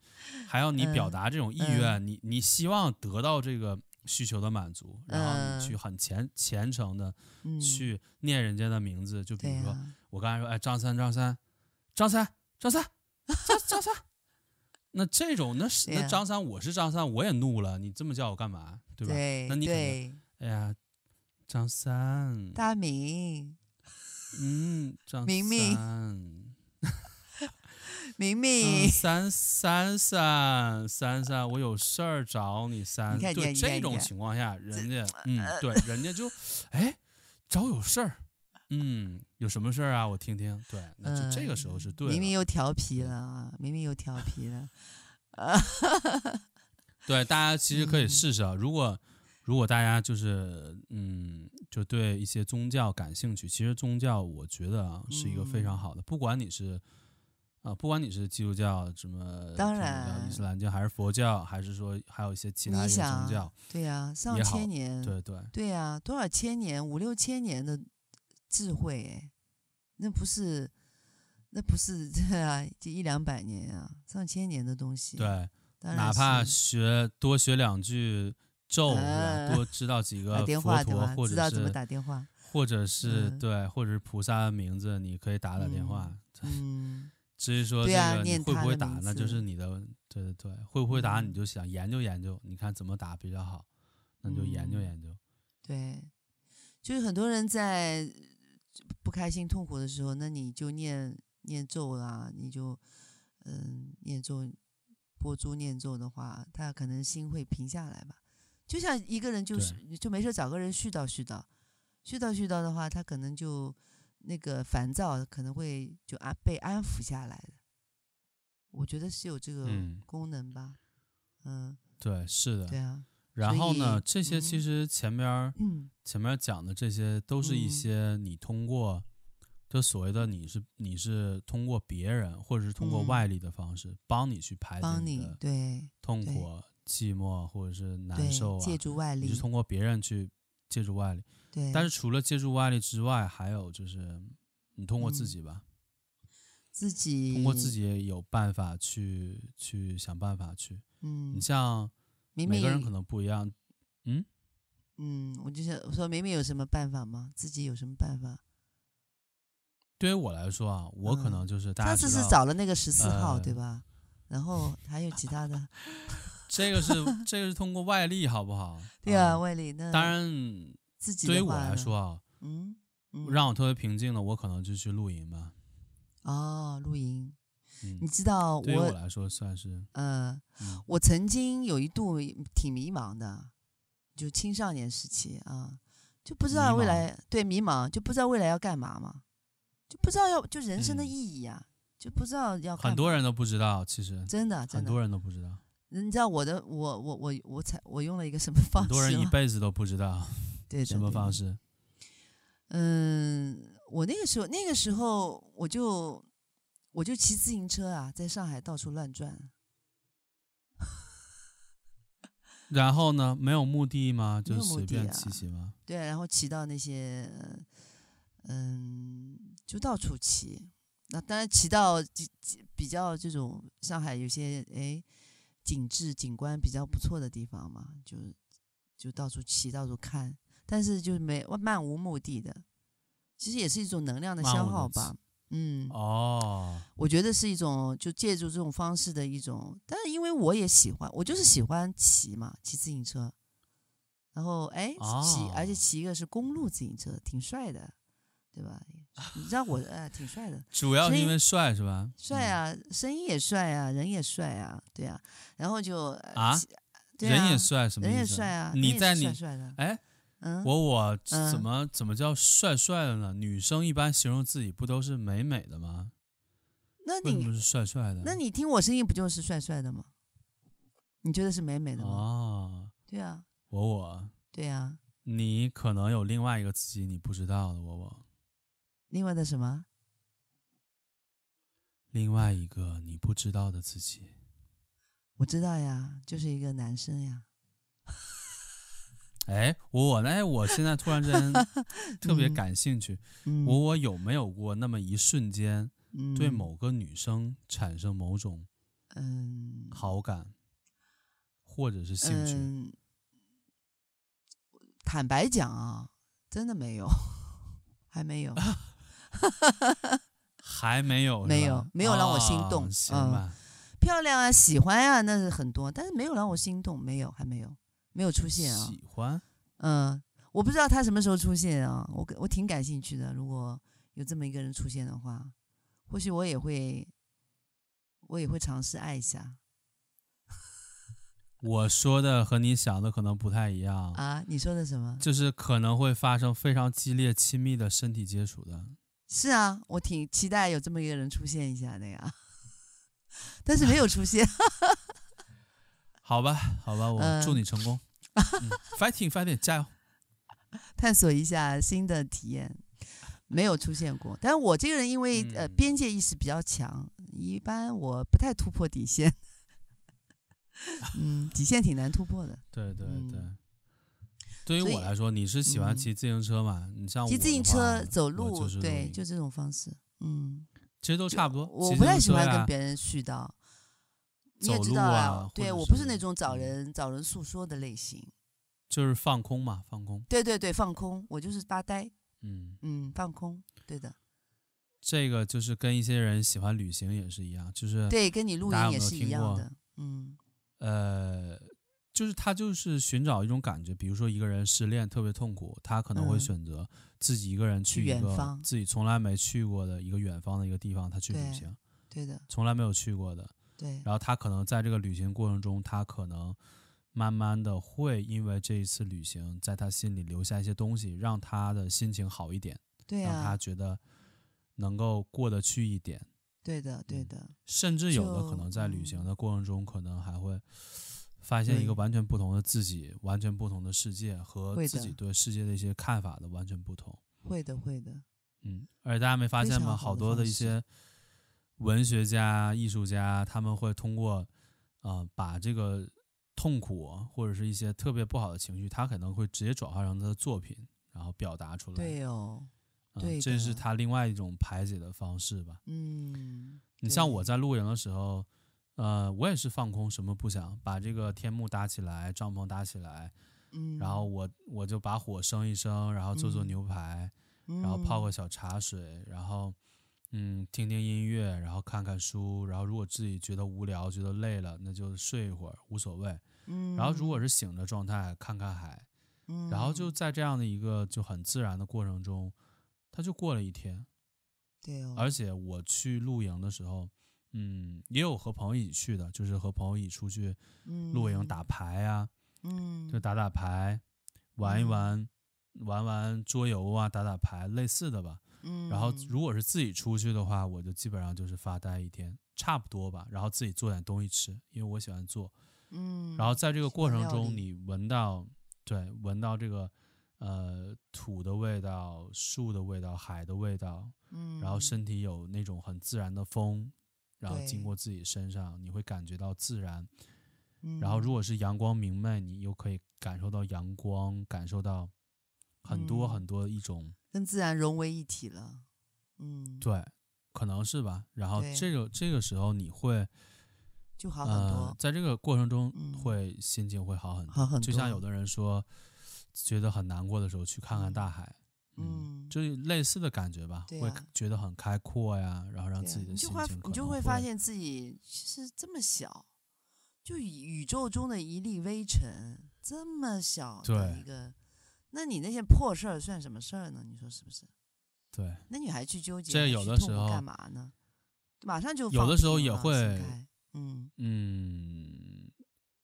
A: 还要你
B: 嗯
A: 表达这种意愿，你你希望得到这个需求的满足，然后
B: 嗯
A: 你去很虔虔诚的
B: 嗯，
A: 去念人家的名字，就比
B: 对
A: 如说
B: 啊，
A: 我刚才说，哎，张三，张三，张三，张三，张张三，那这种那是
B: 对啊
A: 那
B: 呀
A: 张三，我是张三，我也怒了，你这么叫我干嘛？对吧？
B: 对
A: 那你嗯肯定
B: 对
A: 哎呀，张三，
B: 大明
A: 嗯，张
B: 明明
A: 三嗯
B: 明明，
A: 三三三三三，我有事儿找你三。
B: 你看
A: 对
B: 你看你看
A: 这
B: 你
A: 种
B: 看呃
A: 情况下，人家嗯，对，人家就哎找有事儿，嗯，有什么事儿啊？我听听。对，那就这个时候是对
B: 嗯明
A: 的
B: 明又调皮了啊，明明又调皮了，
A: 对，大家其实可以
B: 嗯
A: 试试啊。如果如果大家就是嗯，就对一些宗教感兴趣，其实宗教我觉得啊是一个非常
B: 嗯
A: 好的，不管你是啊，不管你是基督教什么，
B: 当
A: 天主教、伊
B: 然
A: 斯兰教，还是佛教，还是说还有一些其他
B: 你
A: 一些宗
B: 想嗯
A: 教，
B: 对呀，上
A: 也好
B: 千年，
A: 对对
B: 对呀，多少千年，五六千年的智慧，哎，那不是，那不是 对啊，这一两百年啊，上千年的东西，，
A: 对，
B: 嗯当然
A: 哪怕
B: 是
A: 学多学两句咒，是吧？
B: 嗯
A: 多知道几
B: 打
A: 个
B: 电
A: 佛
B: 话对
A: 陀
B: 吧
A: 或？
B: 知
A: 者
B: 道怎么
A: 是
B: 打电 话，
A: 或者是
B: 嗯
A: 对，或者是菩萨的名字，你可以打打电话。
B: 嗯，
A: 至于说这
B: 对啊
A: 个你
B: 念
A: 会不
B: 他
A: 会
B: 的
A: 打，
B: 名
A: 那就
B: 字
A: 是你的，对对对，会不会打
B: 嗯
A: 你就想研究研究，你看怎么打比较好，那你就研究
B: 嗯
A: 研究。
B: 对，就是很多人在不开心、痛苦的时候，那你就念念咒啦，你就嗯念咒，播珠念咒的话，他可能心会平下来吧。就像一个人就是就没事找个人絮叨絮叨，絮叨絮叨的话，他可能就那个烦躁可能会就安被安抚下来的。我觉得是有这个
A: 嗯
B: 功能吧，嗯，
A: 对，是的。
B: 对啊，
A: 然
B: 所
A: 后呢，
B: 以
A: 这些其
B: 嗯
A: 实前边儿
B: 嗯，
A: 前面讲的这些都是一
B: 嗯
A: 些你通过，就所谓的你是你是通过别人或者是通过
B: 嗯
A: 外力的方式帮你去排解
B: 帮你
A: 的
B: 对
A: 痛
B: 对
A: 苦、寂寞或者是
B: 对
A: 难受啊
B: 借，助外
A: 你
B: 力
A: 是，通过别人去借助外力。
B: 对，
A: 但是除了借助外力之外，还有就是你通过自
B: 嗯
A: 己吧，
B: 自己
A: 通过自，己有办法去去想办法去。
B: 嗯
A: 你，像
B: 明
A: 每
B: 明
A: 个人可能不一样，
B: 嗯，我就想我说明明有什么办法吗？自己有什么办法？
A: 对于我来说啊，我可
B: 嗯
A: 能就是大家
B: 上次
A: 知
B: 是
A: 道
B: 找了那个十四号、
A: 呃
B: 对吧？然后还有其 他的，
A: 这个是这个是通过外力，好不好？
B: 对啊，
A: 嗯
B: 外力那
A: 当然，
B: 自己
A: 对于
B: 的
A: 我
B: 话
A: 来
B: 呢，
A: 说啊，
B: 嗯，嗯
A: 让我特别平静的，我可能就去露营吧。
B: 哦露营，
A: 嗯
B: 你，知道
A: 对于我
B: 我
A: 来说算是，
B: 呃，
A: 嗯
B: 我曾经有一度挺迷茫的，就青少年时期啊，就不知道
A: 迷
B: 未
A: 茫
B: 来对迷茫，就不知道未来要干嘛嘛，就不知道要就人生的
A: 嗯
B: 意义啊，就不知道要干
A: 很
B: 嘛
A: 多人都不知道，其实
B: 真的真
A: 很
B: 的
A: 多人都不知道，
B: 你知道我的我我我我才我用了一个什么方
A: 很
B: 式
A: 多人一
B: 吗
A: 辈子都不知 道
B: 对的
A: 什么
B: 对的
A: 方式。
B: 嗯，我那个时候那个时候我就我就骑自行车啊，在上海到处乱转。
A: 然后呢，没有目的吗？
B: 没
A: 就
B: 有目
A: 随
B: 的
A: 便
B: 啊
A: 骑骑吗？
B: 对，然后骑到那些，嗯，就到处骑。那当然骑到几几比较这种上海有些哎景致景观比较不错的地方嘛，就就到处骑到处看，但是就是没漫无目的的，其实也是一种能量的
A: 漫
B: 消
A: 无的
B: 耗
A: 骑
B: 吧。嗯，
A: 哦，
B: 我觉得是一种就借助这种方式的一种，但是因为我也喜欢，我就是喜欢骑嘛，骑自行车，然后哎骑，而且
A: 哦
B: 骑一个是公路自行车，挺帅的，对吧？你知道我哎挺帅的，
A: 主要是
B: 所
A: 因
B: 以
A: 为帅是吧？
B: 帅
A: 嗯！
B: 啊，声音也帅啊，人也帅啊，对啊，然后就呃
A: 啊
B: 骑对啊
A: 人也帅什么
B: 人
A: 意
B: 也
A: 思？
B: 帅啊，人也
A: 你
B: 是
A: 在你
B: 帅帅的，
A: 哎，
B: 嗯，
A: 我我怎
B: 嗯
A: 么怎么叫帅帅的呢？女生一般形容自己不都是美美的吗？
B: 那
A: 为什么
B: 你
A: 是帅帅的？
B: 那你听我声音不就是帅帅的吗？你觉得是美美的吗？
A: 哦，
B: 对啊，
A: 我我，
B: 对啊，
A: 你可能有另外一个自己你不知道的，我我，
B: 另外的什么？
A: 另外一个你不知道的自己。
B: 我知道呀，就是一个男生呀。
A: 哎，我我呢？我现在突然之 间特别
B: 嗯
A: 感兴趣，
B: 嗯，
A: 我我有没有过那么一瞬间对
B: 嗯
A: 某个女生产生某种
B: 嗯
A: 好感，或者是兴趣？
B: 嗯，坦白讲啊，真的没有， 还没有，
A: 啊还没有是吧，
B: 没有没有让我心
A: 啊
B: 动
A: 行
B: 嗯
A: 吧，
B: 漂亮啊，喜欢啊，那是很多，但是没有让我心动，没有，还没有，没有出现啊。
A: 喜欢
B: 嗯，我不知道他什么时候出现啊，我我挺感兴趣的。如果有这么一个人出现的话，或许我也会，我也会尝试爱一下
A: 我说的和你想的可能不太一样，
B: 啊。你说的什么？
A: 就是可能会发生非常激烈、亲密的身体接触的。
B: 是啊，我挺期待有这么一个人出现一下的呀， 但是没有出现。
A: 好吧，好吧，我
B: 嗯
A: 祝你成 功、嗯，fighting fighting，加油！
B: 探索一下新的体验，没有出现过。但是我这个人因为、呃
A: 嗯
B: 边界意识比较强，一般我不太突破底线。 嗯，底线挺难突破的。
A: 对对
B: 嗯
A: 对。对于
B: 所以
A: 我来说，你是喜欢
B: 嗯
A: 骑自行车嘛？你像
B: 骑
A: 我
B: 自行
A: 的话
B: 车、走
A: 我
B: 路，
A: 就是露
B: 对，
A: 营
B: 就这种方式。嗯，
A: 其实都差不多。
B: 我
A: 骑
B: 不
A: 自
B: 太
A: 行
B: 喜
A: 车
B: 欢
A: 呀
B: 跟别人絮叨。你也
A: 走
B: 知
A: 路
B: 道
A: 啊或
B: 对
A: 者
B: 我不是
A: 是
B: 那种找
A: 嗯
B: 人、找人诉说的类型。
A: 就是放空嘛，放空。
B: 对对对，放空，我就是发呆，
A: 嗯，
B: 嗯，放空，对的，
A: 这个就是跟一些人喜欢旅行也是一样，就是
B: 对，跟你露
A: 呃大家有
B: 营也
A: 没有
B: 是一
A: 听
B: 样
A: 过
B: 的，嗯
A: 呃，就是他就是寻找一种感觉，比如说一个人失恋特别痛苦，他可能会
B: 嗯
A: 选择自己一个人
B: 去
A: 去一
B: 远
A: 个
B: 方
A: 自己从来没去过的一个远方的一个地方，他去旅
B: 对
A: 行，
B: 对的，
A: 从来没有去过的。
B: 对，
A: 然后他可能在这个旅行过程中，他可能慢慢的会因为这一次旅行，在他心里留下一些东西，让他的心情好一点，
B: 对
A: 让他
B: 啊，
A: 觉得能够过得去一点。
B: 对的，对
A: 嗯
B: 的，
A: 甚至有的
B: 就
A: 可能在旅行的过程中，可能还会发现
B: 对
A: 一个完全不同的自己，完全不同的世界和
B: 会
A: 自己
B: 的
A: 对世界的一些看法的完全不同。
B: 会的，会的，
A: 嗯，而且大家没发
B: 非
A: 现吗？
B: 常好
A: 好
B: 的
A: 多的
B: 方
A: 一
B: 式
A: 些文学家、艺术家，他们会通过呃把这个痛苦或者是一些特别不好的情绪，他可能会直接转化成他的作品，然后表达出来。
B: 对哦，
A: 嗯
B: 对
A: 这是
B: 的
A: 他另外一种排解的方式吧。
B: 嗯，
A: 你像
B: 对
A: 我在露营的时候，呃，我也是放空，什么不想，把这个天幕搭起来，帐篷搭起来，
B: 嗯，
A: 然后我我就把火生一生，然后做做
B: 嗯
A: 牛排，然后泡个小茶水，然后嗯听听音乐，然后看看书，然后如果自己觉得无聊、觉得累了，那就睡一会儿，无所谓。
B: 嗯，嗯，
A: 然后如果是醒着状态，看看海，
B: 嗯，
A: 然后就在这样的一个就很自然的过程中，它就过了一天。
B: 对哦，
A: 而且我去露营的时候，嗯，也有和朋友一起去的，就是和朋友一起出去露营
B: 嗯
A: 打，牌啊，
B: 嗯，
A: 就打打牌，玩一
B: 嗯
A: 玩，玩玩桌游啊，打打牌类似的吧。
B: 嗯，
A: 然后如果是自己出去的话，我就基本上就是发呆一天，差不多吧。然后自己做点东西吃，因为我喜欢做。
B: 嗯，
A: 然后在这个过
B: 欢
A: 程
B: 料
A: 中，
B: 理
A: 你闻到，对，闻到这个，呃，土的味道、树的味道、海的味道，
B: 嗯，
A: 然后身体有那种很自然的风，然后经
B: 对
A: 过自己身上，你会感觉到自然。
B: 嗯，
A: 然后如果是阳光明媚，你又可以感受到阳光，感受到很多
B: 嗯
A: 很多一种、
B: 跟自然融为一体了，嗯，，
A: 对，可能是吧。然后
B: 对
A: 这个这个时候你会
B: 就好很
A: 呃
B: 多，，
A: 在这个过程中
B: 嗯
A: 会心情会好很多，
B: 好很
A: 就像
B: 多
A: 有的人说，觉得很难过的时候去看看
B: 嗯
A: 大海，
B: 嗯，
A: 就是类似的感觉吧，
B: 对
A: 会
B: 啊
A: 觉得很开阔呀，然后让
B: 对啊
A: 自己的
B: 你就
A: 心
B: 会
A: 情可
B: 你就
A: 能
B: 会发现自己其实这么小，就宇宇宙中的一粒微尘，这么小的
A: 对
B: 一个，那你那些破事儿算什么事儿呢？你说是不是？
A: 对。
B: 那你还去纠结，
A: 这
B: 还
A: 有
B: 去
A: 的
B: 痛
A: 时
B: 苦
A: 候
B: 干嘛呢？马上就
A: 有
B: 放
A: 的时候
B: 平
A: 也
B: 了心
A: 会
B: 开嗯
A: 嗯，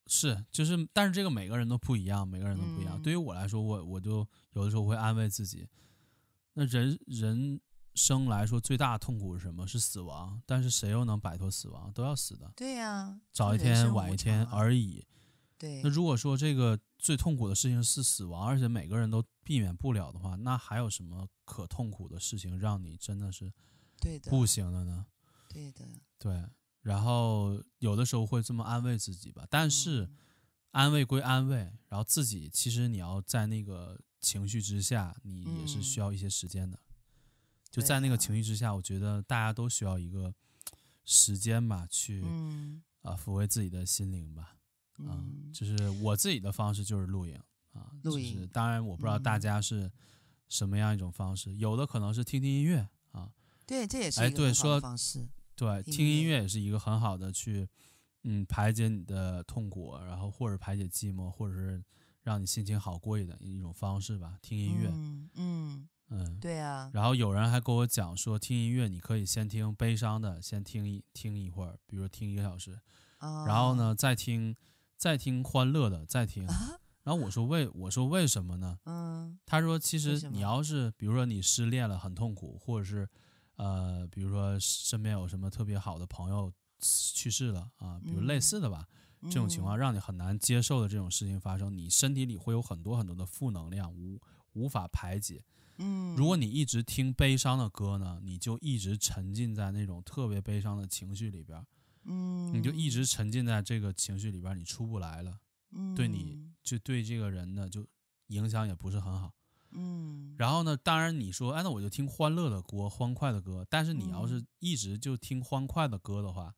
A: 是，就是，但是这个每个人都不一样，每个人都不一样。
B: 嗯
A: 对于我来说，我我就有的时候会安慰自己，那人人生来说最大的痛苦是什么？是死亡。但是谁又能摆脱死亡？都要死的，
B: 对呀、
A: 早
B: 就
A: 一
B: 人生
A: 天
B: 无
A: 晚一
B: 常
A: 天
B: 啊
A: 而已。
B: 对
A: 那，如果说这个最痛苦的事情是死亡，而且每个人都避免不了的话，那还有什么可痛苦的事情让你真的是
B: 对的，
A: 不行了呢？
B: 对的，
A: 对，然后有的时候会这么安慰自己吧，但是。
B: 嗯
A: 安慰归安慰，然后自己其实你要在那个情绪之下，你也是
B: 嗯
A: 需要一些时间的。就在
B: 啊
A: 那个情绪之下，我觉得大家都需要一个时间吧，去
B: 嗯
A: 啊、抚慰自己的心灵吧。啊、
B: 嗯，
A: 就是我自己的方式就是露营啊，
B: 露
A: 就是、
B: 营
A: 当然我不知道
B: 嗯
A: 大家是什么样一种方式，有的可能是听听音乐啊，
B: 对，这也是
A: 哎
B: 一个
A: 对
B: 很好
A: 说
B: 的方式。
A: 对，
B: 听
A: 听
B: 音
A: 音
B: 乐
A: 乐也是一个很好的去嗯排解你的痛苦，然后或者排解寂寞，或者是让你心情好过一点一种方式吧，听音乐，
B: 嗯嗯，
A: 嗯。
B: 对啊，
A: 然后有人还跟我讲说，听音乐你可以先听悲伤的，先听一听一会儿，比如听一个小时，然后呢再听再听欢乐的，再听
B: 哦？。啊，
A: 然后我说为我说为什么呢？
B: 嗯
A: 他说，其
B: 为
A: 实
B: 什
A: 你
B: 么
A: 要是比如说你失恋了很痛苦，或者是呃，比如说身边有什么特别好的朋友去世了啊，比如类
B: 嗯
A: 似的吧，这种情
B: 嗯
A: 况让你很难接受的这种事情发生，你身体里会有很多很多的负能量，无无法排解。
B: 嗯，
A: 如果你一直听悲伤的歌呢，你就一直沉浸在那种特别悲伤的情绪里边儿，
B: 嗯，
A: 你就一直沉浸在这个情绪里边儿，你出不来了，对你
B: 嗯
A: 就对这个人呢就影响也不是很好。
B: 嗯，
A: 然后呢，当然你说，哎，那我就听欢乐的歌、欢快的歌。但是你要是
B: 嗯
A: 一直就听欢快的歌的话，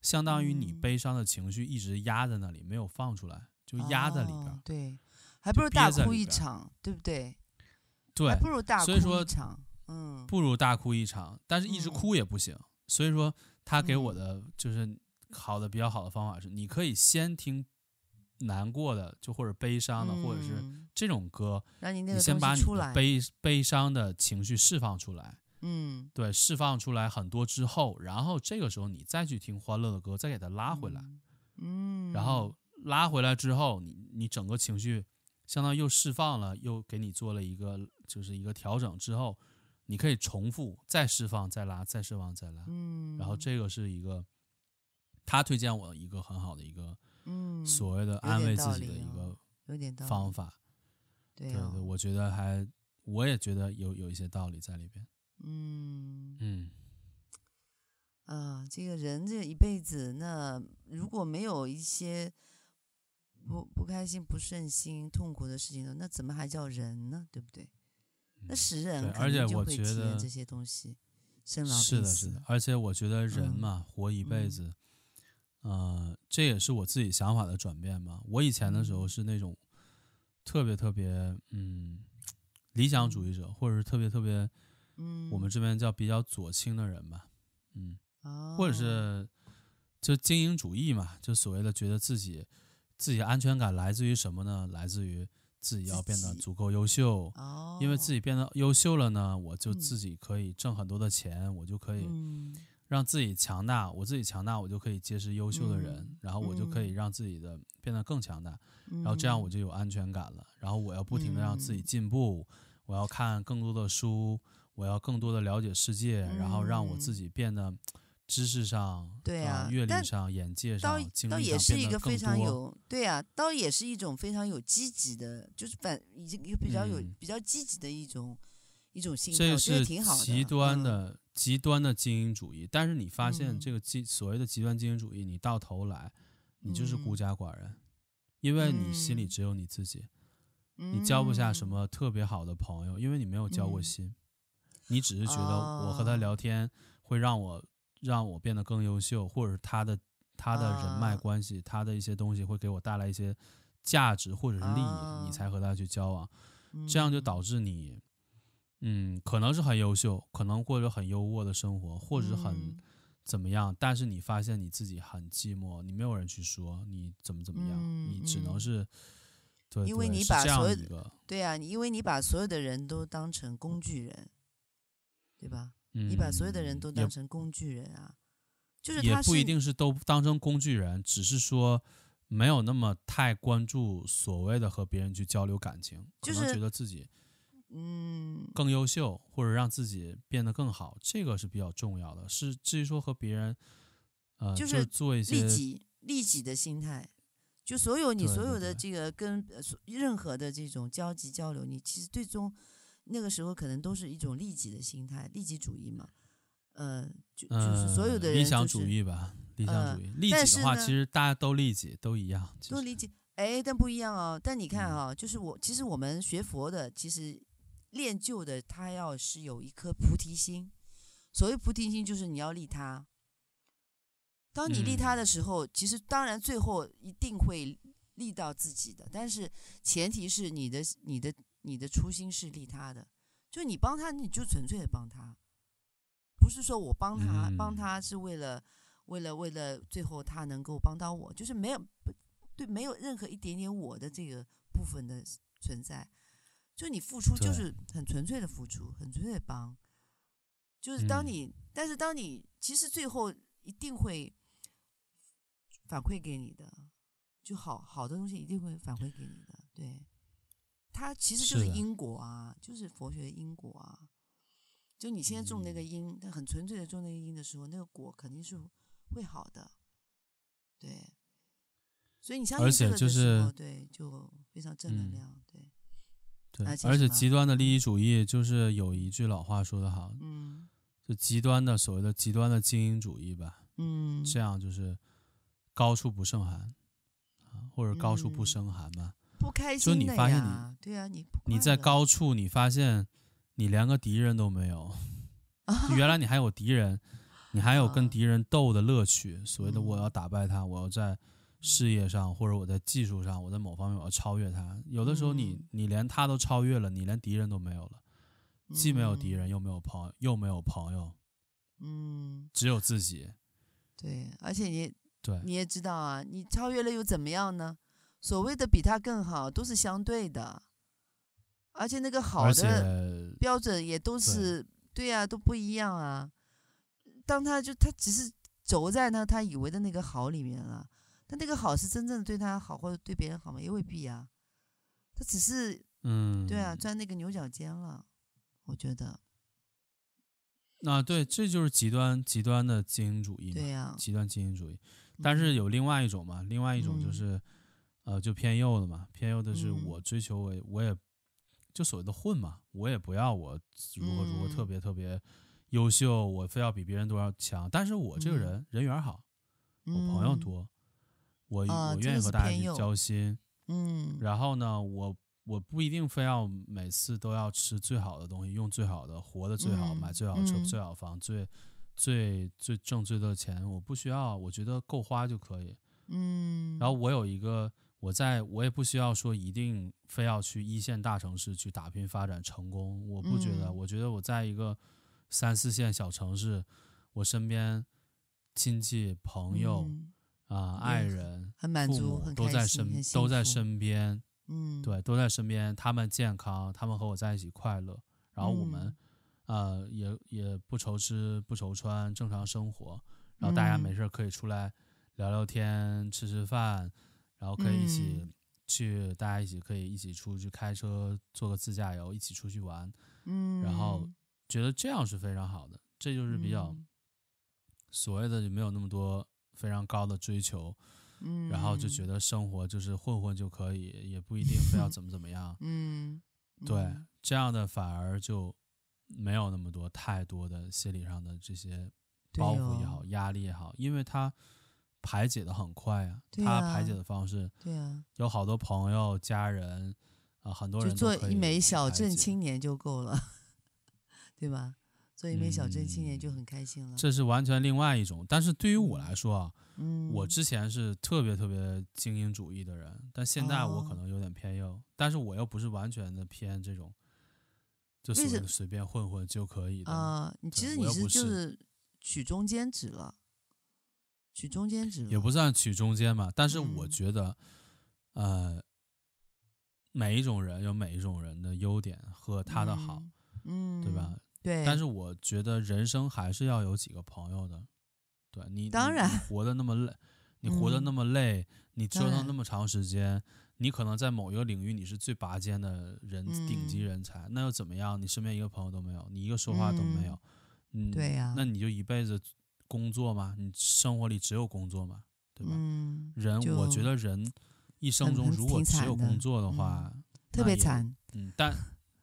A: 相当于你
B: 嗯
A: 悲伤的情绪一直压在那里，没有放出来，就压在里边
B: 哦
A: 儿。
B: 对，还
A: 就
B: 不如
A: 憋
B: 大
A: 在
B: 哭
A: 里
B: 一
A: 边儿
B: 场，对不对？还
A: 对，
B: 不如大哭
A: 所以说
B: 一场。嗯，
A: 不如大哭一场，但是一直
B: 嗯
A: 哭也不行。所以说，他给我
B: 嗯
A: 的就是好的比较好的方法是，你可以先听难过的，就或者悲伤的，或者是
B: 嗯
A: 这种歌，
B: 让你那
A: 你
B: 个
A: 先
B: 东西
A: 把你
B: 出
A: 的
B: 来，
A: 悲悲伤的情绪释放出来。
B: 嗯，
A: 对，释放出来很多之后，然后这个时候你再去听欢乐的歌，再给它拉回来，
B: 嗯，嗯，
A: 然后拉回来之后，你你整个情绪相当于又释放了，又给你做了一个就是一个调整之后，你可以重复再释放、再拉、再释放、再拉，
B: 嗯，
A: 然后这个是一个他推荐我一个很好的一个
B: 嗯
A: 所谓的
B: 有
A: 安
B: 点
A: 慰
B: 道
A: 自己的
B: 理
A: 一
B: 哦
A: 个
B: 有点道理
A: 方法，
B: 对
A: 对
B: 哦
A: 对，我觉得还我也觉得有有一些道理在里边，
B: 嗯
A: 嗯。
B: 啊，这个人这一辈子，那如果没有一些不不开心、不顺心、痛苦的事情呢，那怎么还叫人呢？对不对？那
A: 嗯
B: 使人
A: 对
B: 肯
A: 而
B: 定
A: 且
B: 就
A: 我
B: 会
A: 觉
B: 体验
A: 得
B: 这些东西，生老
A: 是
B: 病
A: 的，
B: 死
A: 是的，，而且我觉得人
B: 嗯
A: 嘛，活一辈
B: 嗯
A: 子，呃，这也是我自己想法的转变嘛。我以前的时候
B: 嗯
A: 是那种特别特别，嗯，理想主义者，或者是特别特别，
B: 嗯，
A: 我们这边叫比较左倾的人吧，嗯，或者是
B: 哦
A: 就精英主义嘛，就所谓的觉得自己自己的安全感来自于什么呢？来自于自己
B: 自
A: 要变得
B: 己
A: 足够优秀。
B: 哦，
A: 因为自己变得优秀了呢，我就
B: 嗯
A: 自己可以挣很多的钱，我就可以
B: 嗯
A: 让自己强大，我自己强大，我就可以结识优秀的人，
B: 嗯
A: 然后我就可以
B: 嗯
A: 让自己的变得更强大，
B: 嗯，
A: 然后这样我就有安全感了。然后我要不停的让自己进步，我要看更多的书，我要更多的了解世界，然后让我自己变得知识上、
B: 嗯对
A: 啊
B: 啊
A: 阅历
B: 但
A: 上、眼界
B: 倒
A: 上、经
B: 倒
A: 历
B: 也
A: 上
B: 是
A: 变
B: 一
A: 得
B: 个非
A: 更
B: 常
A: 多。
B: 有对啊，倒也是一种非常有积极的，就是反已经一个比较有、
A: 嗯
B: 比较积极的一种一种心态，
A: 这
B: 我觉得
A: 是
B: 挺好的。
A: 极端
B: 嗯，
A: 的、极端的精英主义，但是你发现
B: 嗯
A: 这个极所谓的极端精英主义，你到头来你就是孤
B: 嗯
A: 家寡人，因为你心里
B: 嗯
A: 只有你自己。你交不下什
B: 嗯
A: 么特别好的朋友，因为你没有交过
B: 嗯
A: 心，你只是觉得我和他
B: 哦
A: 聊天会让我让我变得更优秀，或者是他的他的人脉
B: 啊
A: 关系，他的一些东西会给我带来一些价值或者是利益，
B: 啊
A: 你才和他去交往，
B: 嗯
A: 这样就导致你，嗯，可能是很优秀，可能过着很优渥的生活，或者是很。
B: 嗯
A: 怎么样？但是你发现你自己很寂寞，你没有人去说你怎么怎么样，
B: 嗯
A: 你只能
B: 嗯
A: 是，对，
B: 因为
A: 对
B: 你
A: 是
B: 把
A: 这样
B: 所有
A: 一
B: 的
A: 个，
B: 对啊，你因为你把所有的人都当成工具人，对吧？
A: 嗯，
B: 你把所有的人都
A: 也
B: 当成工具人啊，就是
A: 也
B: 他是
A: 不一定是都当成工具人，只是说没有那么太关注所谓的和别人去交流感情，可
B: 就
A: 能
B: 是
A: 觉得自己
B: 嗯
A: 更优秀或者让自己变得更好，这个是比较重要的。是至于说和别人，呃，
B: 就
A: 就是做一些
B: 利己利己的心态，就所有你
A: 对
B: 所
A: 对
B: 有的
A: 对
B: 这个跟呃所任何的这种交集交流，你其实最终那个时候可能都是一种利己的心态，利己主义嘛，呃，就就是所有
A: 呃
B: 的人、就是
A: 理想主义吧，理想
B: 呃
A: 主义。利
B: 但
A: 己
B: 是
A: 的话，
B: 呢
A: 其实大家都利己，都一样。其
B: 多
A: 实
B: 理解。哎，但不一样哦。但你看哈、就是我其实我们学佛的，其实练就的，他要是有一颗菩提心。所谓菩提心，就是你要利他。当你利
A: 嗯
B: 他的时候，其实当然最后一定会利到自己的，但是前提是你的、你的、你的初心是利他的。就你帮他，你就纯粹的帮他，不是说我帮他，帮
A: 嗯
B: 他是为了为了为了最后他能够帮到我，就是没有不对，没有任何一点点我的这个部分的存在。就你付出，就
A: 对
B: 是很纯粹的付出，很纯粹的帮。就是当
A: 嗯
B: 你，但是当你其实最后一定会反馈给你的，就好好的东西一定会反馈给你的。对，它其实就是是
A: 的
B: 因果啊，就是佛学的因果啊。就你现在种那
A: 嗯
B: 个因，它很纯粹的种那个因的时候，那个果肯定是会好的。对，所以你相信
A: 而
B: 这
A: 且
B: 个
A: 就
B: 的时候
A: 是
B: 对，就非常正能
A: 嗯
B: 量。对，
A: 对
B: 而，且
A: 而
B: 什
A: 且
B: 么
A: 极端的利益主义就是有一句老话说得好，
B: 嗯
A: 就极端的所谓的极端的精英主义吧，
B: 嗯，
A: 这样就是高处不胜寒啊，或者高处不
B: 嗯
A: 胜寒嘛。
B: 不开
A: 就
B: 心
A: 你
B: 的
A: 发现你
B: 呀，对啊，你不
A: 你
B: 快
A: 在
B: 乐
A: 高处，你发现你连个敌人都没有，就原来你还有敌人，你还有跟
B: 啊
A: 敌人斗的乐趣。所谓的
B: 嗯
A: 我要打败他，我要在事业上或者我在技术上，我在某方面我要超越他。有的时候你
B: 嗯
A: 你连他都超越了，你连敌人都没有了，既没有敌人，
B: 嗯
A: 又没有朋友，又没有朋友，
B: 嗯，
A: 只有自己。
B: 对，而且你
A: 对，
B: 你也知道啊，你超越了又怎么样呢？所谓的比他更好，都是相对的，而且那个好
A: 而且
B: 的标准也都
A: 对
B: 是对呀、都不一样啊。当他就他只是轴在那他以为的那个好里面了，但那个好是真正的对他好或者对别人好吗？也未必啊。他只是
A: 嗯，
B: 对啊，钻那个牛角尖了，我觉得
A: 啊，对，这就是极端极端的精英主义嘛
B: 对，啊呀、
A: 极端精英主义。但是有另外一种嘛，另外一种就
B: 嗯
A: 是，呃，就偏右的嘛，偏右的是
B: 嗯
A: 我追求我也我也就所谓的混嘛，我也不要我如何如何特
B: 嗯
A: 别特别优秀，我非要比别人多少强，但是我这个
B: 嗯
A: 人、人缘好，我朋友
B: 嗯，
A: 多，我、
B: 啊
A: 我
B: 这
A: 愿意
B: 个
A: 和
B: 是
A: 大家
B: 偏
A: 去
B: 右
A: 交心，
B: 嗯，
A: 然后呢，我我不一定非要每次都要吃最好的东西，用最好的，活得最好，
B: 嗯
A: 买最好的车、
B: 嗯
A: 最好的房、最最最挣最多的钱，我不需要，我觉得够花就可以。
B: 嗯，
A: 然后我有一个，我在我也不需要说一定非要去一线大城市去打拼发展成功，我不觉得，
B: 嗯
A: 我觉得我在一个三四线小城市，我身边亲戚朋友
B: 嗯
A: 啊、
B: 也
A: 爱
B: 很
A: 人。
B: 很满
A: 父
B: 足，
A: 母
B: 很
A: 都
B: 开
A: 在
B: 心，
A: 身
B: 很
A: 都
B: 幸
A: 在
B: 福，
A: 身边，
B: 嗯，
A: 对，都在身边，他们健康，他们和我在一起快乐，然后
B: 嗯
A: 我们、呃也也不愁吃不愁穿，正常生活，然后大家没
B: 嗯
A: 事儿可以出来聊聊天，吃吃饭，然后可以一起
B: 嗯
A: 去，大家一起可以一起出去开车，做个自驾游，一起出去玩，
B: 嗯，
A: 然后觉得这样是非常好的，这就是比较
B: 嗯
A: 所谓的就没有那么多非常高的追求，
B: 嗯，
A: 然后就觉得生活就是混混就可以，也不一定非要怎么怎么 样。
B: 嗯，
A: 对
B: 嗯，
A: 这样的反而就没有那么多太多的心理上的这些
B: 对
A: 包袱也
B: 哦
A: 好、压力也好，因为他排解的很快呀、
B: 对
A: 他排
B: 啊
A: 解的方式
B: 对啊，
A: 有好多朋友、家人啊、很多
B: 就
A: 人都
B: 做
A: 可
B: 一
A: 以
B: 枚
A: 去
B: 小
A: 排
B: 镇
A: 解
B: 青年就够了， 对吧？做一枚小镇青年就
A: 嗯
B: 很开心了。
A: 这是完全另外一种。但是对于我
B: 嗯
A: 来说啊，
B: 嗯，
A: 我之前是特别特别精英主义的人，但现在我可
B: 哦
A: 能有点偏右，但是我又不是完全的偏这种，就所
B: 为
A: 谓
B: 什
A: 的随便混混就可以的。
B: 啊，你其
A: 对
B: 实
A: 我
B: 你
A: 又
B: 是
A: 不
B: 就是是取中间值了，取中间值
A: 也
B: 了
A: 不算取中间嘛。但是我
B: 嗯
A: 觉得，呃，每一种人有每一种人的优点和他的好，，
B: 嗯，
A: 对吧
B: 嗯？？对，
A: 但是我觉得人生还是要有几个朋友的。对你，
B: 当
A: 你
B: 然
A: 你活得那么累，你活得那
B: 嗯
A: 么累，你折
B: 当
A: 腾那
B: 然
A: 么长时间，你可能在某一个领域你是最拔尖的人，顶级
B: 嗯
A: 人才，那又怎么样？你身边一个朋友都没有，你一个说话都没有，嗯，
B: 对呀
A: 那你就一辈子工作吗？你生活里只有工作吗？对吧？
B: 嗯，
A: 人，我觉
B: 就
A: 得人一生
B: 很
A: 中
B: 很
A: 如果
B: 挺
A: 只
B: 惨
A: 有
B: 的嗯
A: 工作的话，
B: 特
A: 那
B: 别
A: 也
B: 惨，
A: 嗯，但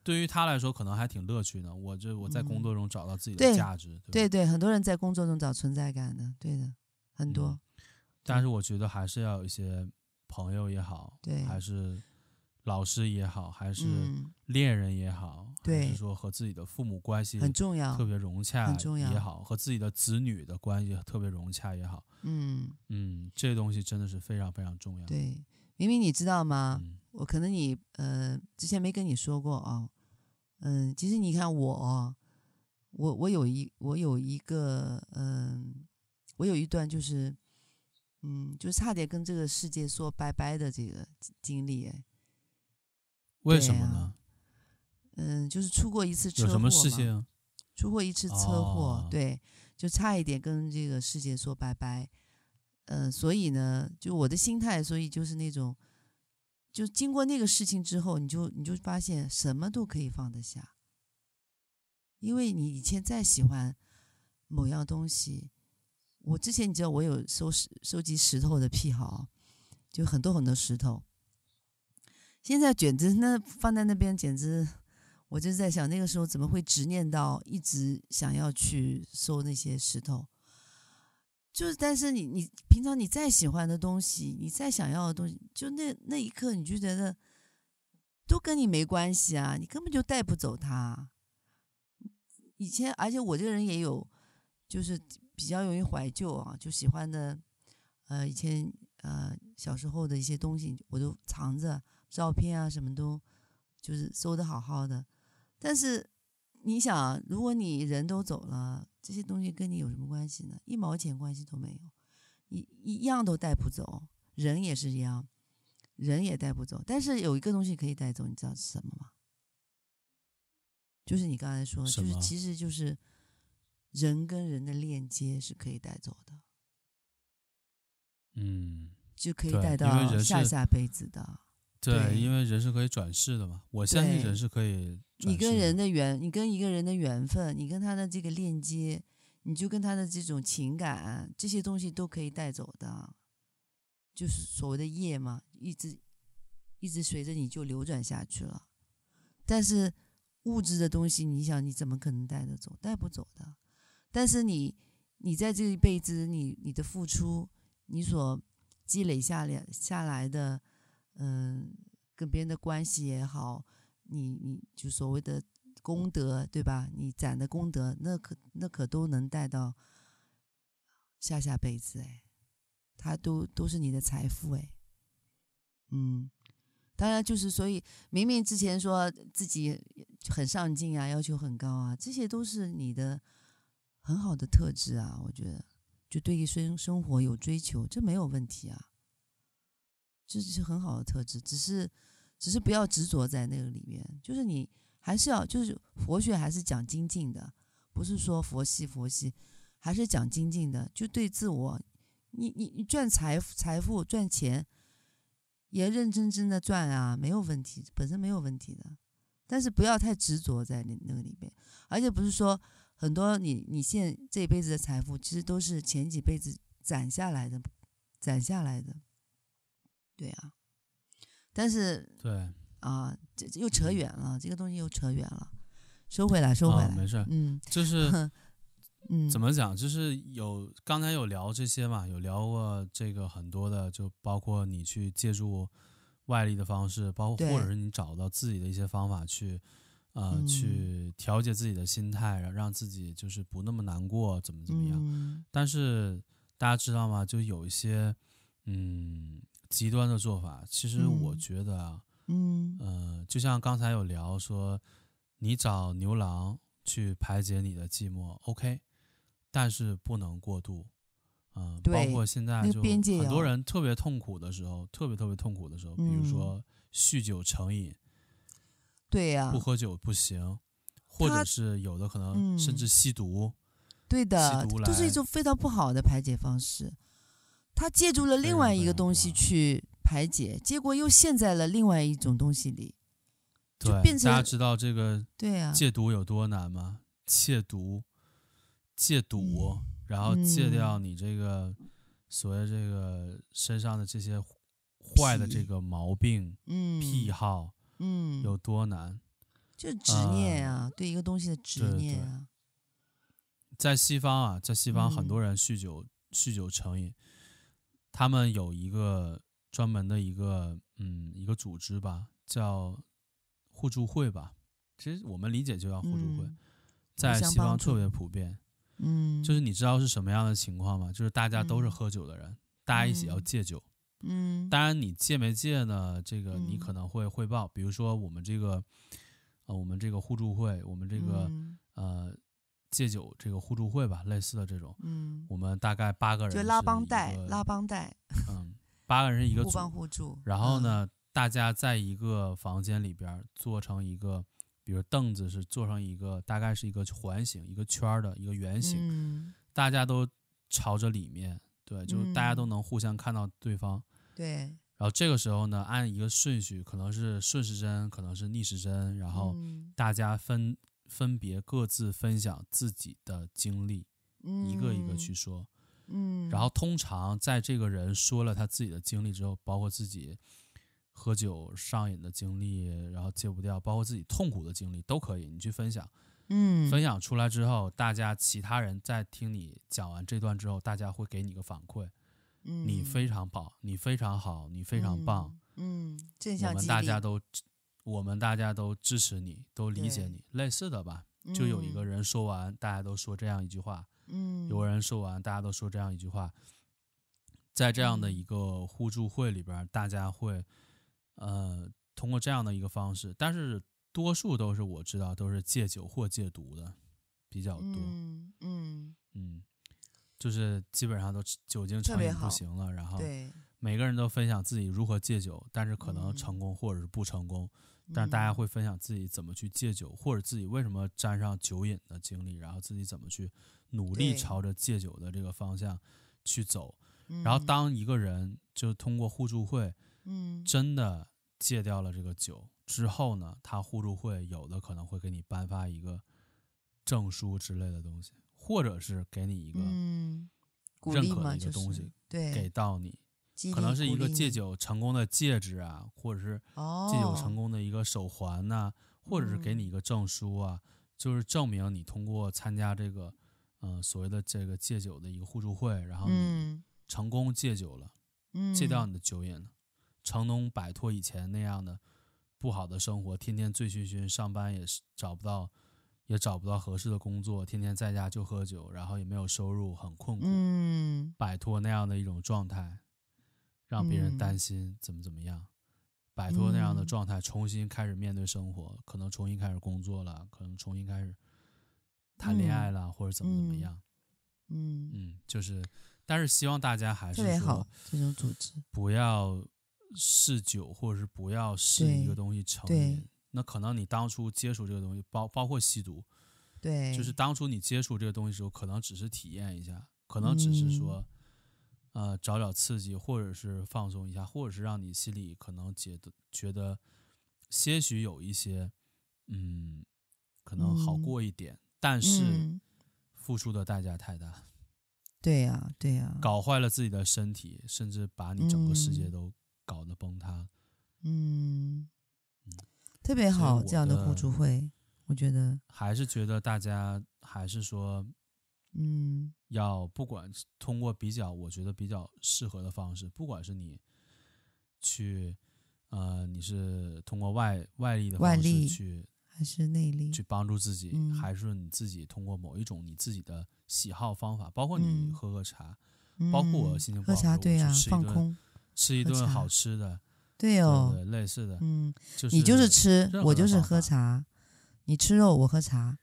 A: 对于他来说可能还挺乐趣呢。我这我在工
B: 嗯
A: 作中找到自己的
B: 对
A: 价值，对吧
B: 对对，很多人在工作中找存在感的，对的，很多
A: 嗯，但是我觉得还是要有一些朋友也好，
B: 对
A: 还是老师也好，还是
B: 嗯，
A: 恋人也好，还
B: 对
A: 是说和自己的父母关系
B: 很重要
A: 特，别融洽
B: 很重要
A: 也好，和自己的子女的关系特别融洽也好，
B: 嗯，
A: 嗯，这东西真的是非常非常重要。
B: 对。啊明明你知道吗？
A: 嗯，
B: 我可能你呃之前没跟你说过啊，嗯，其实你看我哦，我我有一我有一个嗯，我有一段就是嗯，就差点跟这个世界说拜拜的这个经经历，哎
A: 为
B: 对
A: 什么
B: 啊
A: 呢？
B: 嗯，就是出过一次车
A: 有
B: 祸
A: 什么事
B: 嘛
A: 情？
B: 出过一次车祸，
A: 哦
B: 对，就差一点跟这个世界说拜拜。嗯、所以呢，就我的心态，所以就是那种，就经过那个事情之后，你就你就发现什么都可以放得下，因为你以前再喜欢某样东西，我之前你知道我有收拾收集石头的癖好，啊就很多很多石头。现在简直那放在那边简直，我就在想那个时候怎么会执念到一直想要去收那些石头。就是，但是你你平常你再喜欢的东西，你再想要的东西，就那那一刻你就觉得都跟你没关系啊，你根本就带不走它。以前，而且我这个人也有，就是比较容易怀旧啊，就喜欢的，呃，以前呃小时候的一些东西，我都藏着照片啊，什么都就是收的好好的。但是你想，如果你人都走了，这些东西跟你有什么关系呢？一毛钱关系都没有，你一样都带不走。人也是一样，人也带不走。但是有一个东西可以带走，你知道是什么吗？就是你刚才说，
A: 什
B: 就是
A: 么
B: 其实就是人跟人的链接是可以带走的，
A: 嗯，
B: 就可以
A: 对
B: 带
A: 因为
B: 到
A: 人是
B: 下下辈子的。对
A: 对，因为人是可以转世的嘛，我相信
B: 对
A: 人是可以转世的。
B: 你跟人的缘，你跟一个人的缘分，你跟他的这个链接，你就跟他的这种情感，这些东西都可以带走的，就是所谓的业嘛，一直一直随着你就流转下去了。但是物质的东西，你想你怎么可能带得走？带不走的。但是你你在这一辈子，你你的付出，你所积累下来下来的，嗯，跟别人的关系也好，你你就所谓的功德，对吧？你攒的功德，那可那可都能带到下下辈子，哎，它都都是你的财富，哎，嗯。当然，就是所以，明明之前说自己很上进啊，要求很高啊，这些都是你的很好的特质啊，我觉得，就对于生生活有追求，这没有问题啊，这是很好的特质，只是只是不要执着在那个里面，就是你还是要就是佛学还是讲精进的，不是说佛系佛系，还是讲精进的，就对自我，你你你赚财富财富赚钱。也认真真的赚啊，没有问题，本身没有问题的，但是不要太执着在那那个里面，而且不是说很多你你现这一辈子的财富，其实都是前几辈子攒下来的，攒下来的，对啊。但是
A: 对
B: 啊，这这又扯远了，这个东西又扯远了，收回来，收回
A: 啊、
B: 来，
A: 没事儿，
B: 嗯
A: 就是
B: 嗯，
A: 怎
B: 么
A: 么讲，就是有刚才有聊这些嘛，有聊过这个很多的，就包括你去借助外力的方式，包括
B: 对
A: 或者是你找到自己的一些方法去，呃，
B: 嗯
A: 去调节自己的心态，然后让自己就是不那么难过，怎么怎么样。
B: 嗯
A: 但是大家知道吗？就有一些嗯极端的做法，其实我
B: 嗯
A: 觉得啊，
B: 嗯
A: 呃，就像刚才有聊说，你找牛郎去排解你的寂寞，OK，但是不能过度。嗯、包
B: 对
A: 括现在
B: 那个
A: 就
B: 边界
A: 很
B: 要
A: 多人特别痛苦的时候，特别特别痛苦的时候，比如
B: 嗯
A: 说酗酒成瘾，
B: 对呀、
A: 不喝酒不行，或
B: 啊他
A: 者是有的可能甚
B: 嗯
A: 至吸毒，
B: 对的
A: 吸毒，
B: 都是
A: 来
B: 一种非常不好的排解方式。他借助了
A: 非
B: 另
A: 常
B: 外
A: 非
B: 一个
A: 常
B: 东
A: 不
B: 西
A: 好
B: 去排解，结果又陷在了另外一种东西里。就
A: 对，
B: 变
A: 大家
B: 成
A: 知道这个
B: 对呀、
A: 戒毒有多难吗？戒毒，戒赌，然后戒
B: 嗯
A: 掉你这个所谓这个身上的这些坏的这
B: 癖
A: 个毛病、
B: 嗯，
A: 癖好
B: 嗯，
A: 有多难？
B: 就是执念
A: 啊
B: 啊，对一个东西的执
A: 对对
B: 念啊，
A: 在西方啊，在西方很
B: 嗯
A: 多人酗酒、酗酒成瘾，他们有一个专门的一个嗯一个组织吧，叫互助会吧。其实我们理解就叫互助会，
B: 嗯
A: 在
B: 相
A: 西方
B: 帮助
A: 特别普遍。
B: 嗯，
A: 就是你知道是什么样的情况吗？就是大家都是喝酒的人，大家一起要
B: 嗯
A: 戒酒。
B: 嗯，
A: 当然，你戒没戒呢？这个你
B: 嗯
A: 可能会汇报，比如说我们这个，呃，我们这个互助会，我们这个、
B: 嗯
A: 呃戒酒这个互助会吧，类似的这种，
B: 嗯，
A: 我们大概八个人
B: 就拉
A: 是
B: 帮
A: 一
B: 带，
A: 个
B: 拉帮带，
A: 嗯，八个人是一个
B: 互
A: 组，
B: 帮互助。
A: 然后
B: 嗯？
A: 呢，大家在一个房间里边儿做成一个，比如凳子是做成一个，大概是一个环形、一个圈儿的一个圆形，
B: 嗯，
A: 大家都朝着里面，对，就是大家都
B: 嗯
A: 能互相看到对方。
B: 对，
A: 然后这个时候呢，按一个顺序，可能是顺时针，可能是逆时针，然后
B: 嗯
A: 大家分分别各自分享自己的经历，一个一个
B: 嗯
A: 去说。
B: 嗯，
A: 然后通常在这个人说了他自己的经历之后，包括自己喝酒上瘾的经历，然后戒不掉，包括自己痛苦的经历都可以，你去分享。
B: 嗯，
A: 分享出来之后，大家其他人在听你讲完这段之后，大家会给你个反馈，你
B: 嗯
A: 非常棒，你非常好，你非常棒，，
B: 嗯，嗯正
A: 我
B: 向
A: 们
B: 激
A: 大
B: 励
A: 家都支，我们大家都支持你，都理解
B: 对
A: 你，类似的吧。就有一个，人说完，大家都说这样一句话，
B: 嗯嗯，嗯
A: 有人说完，大家都说这样一句话，在这样的
B: 嗯
A: 一个互助会里边儿，大家会呃通过这样的一个方式，但是多数都是我知道都是戒酒或戒毒的比较多，嗯
B: 嗯嗯，
A: 就是基本上都吃酒精
B: 特
A: 成
B: 别
A: 瘾不
B: 好
A: 行了，然后
B: 对，
A: 每个人都分享自己如何戒酒，但是可能
B: 嗯
A: 成功或者是不成功，但是大家
B: 嗯
A: 会分享自己怎么去戒酒，或者自己为什么沾上酒瘾的经历，然后自己怎么去努力
B: 对
A: 朝着戒酒的这个方向去走。然后当一个人就通过互助会
B: 嗯嗯嗯
A: 真的戒掉了这个酒之后呢，他互助会有的可能会给你颁发一个证书之类的东西，或者是给你一个
B: 嗯鼓
A: 认
B: 励
A: 可的
B: 嘛，
A: 一个
B: 就
A: 东
B: 是
A: 西给
B: 对，
A: 到你，
B: 激
A: 可能
B: 励
A: 是
B: 哎鼓
A: 一个
B: 励
A: 戒
B: 你
A: 酒成功的戒指啊，或者是
B: 哦，嗯
A: 戒酒成功的一个手环呐、或者是给你一个证书啊，就是证明你通过参加这个，呃，所谓的这个戒酒的一个互助会，然后你
B: 嗯，
A: 成功戒酒了，
B: 嗯，
A: 戒掉你的酒瘾了，成功摆脱以前那样的不好的生活，天天醉醺醺，上班也是找不到，也找不到合适的工作，天天在家就喝酒，然后也没有收入，很困苦，
B: 嗯，
A: 摆脱那样的一种状态，让别人
B: 嗯
A: 担心怎么怎么样，摆脱那样的
B: 嗯
A: 状态，重新开始面对生活，可能重新开始工作了，可能重新开始谈恋爱了，或者怎么怎么
B: 嗯
A: 样，
B: 嗯，
A: 嗯，就是，但是希望大家还是
B: 特别
A: 说
B: 好，这种组织，
A: 不要嗜酒，或者是不要视一个
B: 对
A: 东西成
B: 对
A: 瘾。那可能你当初接触这个东西，包包括吸毒，
B: 对，
A: 就是当初你接触这个东西的时候，可能只是体验一下，可能只
B: 嗯
A: 是说，呃，找找刺激，或者是放松一下，或者是让你心里可能觉得觉得些许有一些，嗯，可能好
B: 嗯
A: 过一点，但是
B: 嗯
A: 付出的代价太大，
B: 对呀、对啊呀、
A: 搞坏了自己的身体，甚至把你整个世界
B: 嗯
A: 都搞得崩塌。
B: 嗯
A: 嗯，
B: 特别
A: 所以
B: 好
A: 我
B: 这样的互
A: 的
B: 助会，我觉得，
A: 还是觉得大家还是说
B: 嗯
A: 要不管是通过比较，我觉得比较适合的方式，不管是你去，呃，你是通过外外力的
B: 外
A: 方式
B: 力
A: 去
B: 还是内力，
A: 去帮助自己，
B: 嗯
A: 还是你自己通过某一种你自己的喜好方法，包括你
B: 嗯
A: 喝喝茶，包括我
B: 嗯
A: 心情不
B: 喝
A: 好的时候
B: 茶，对
A: 我去
B: 呀、
A: 吃一
B: 放
A: 顿
B: 空，
A: 吃一
B: 喝
A: 顿
B: 茶
A: 好吃的，
B: 对
A: 对
B: 哦，
A: 对，类似的，
B: 嗯，
A: 就是
B: 你就是吃
A: 任，何
B: 我
A: 的
B: 就是
A: 方
B: 喝
A: 法
B: 茶，你吃肉，我喝茶，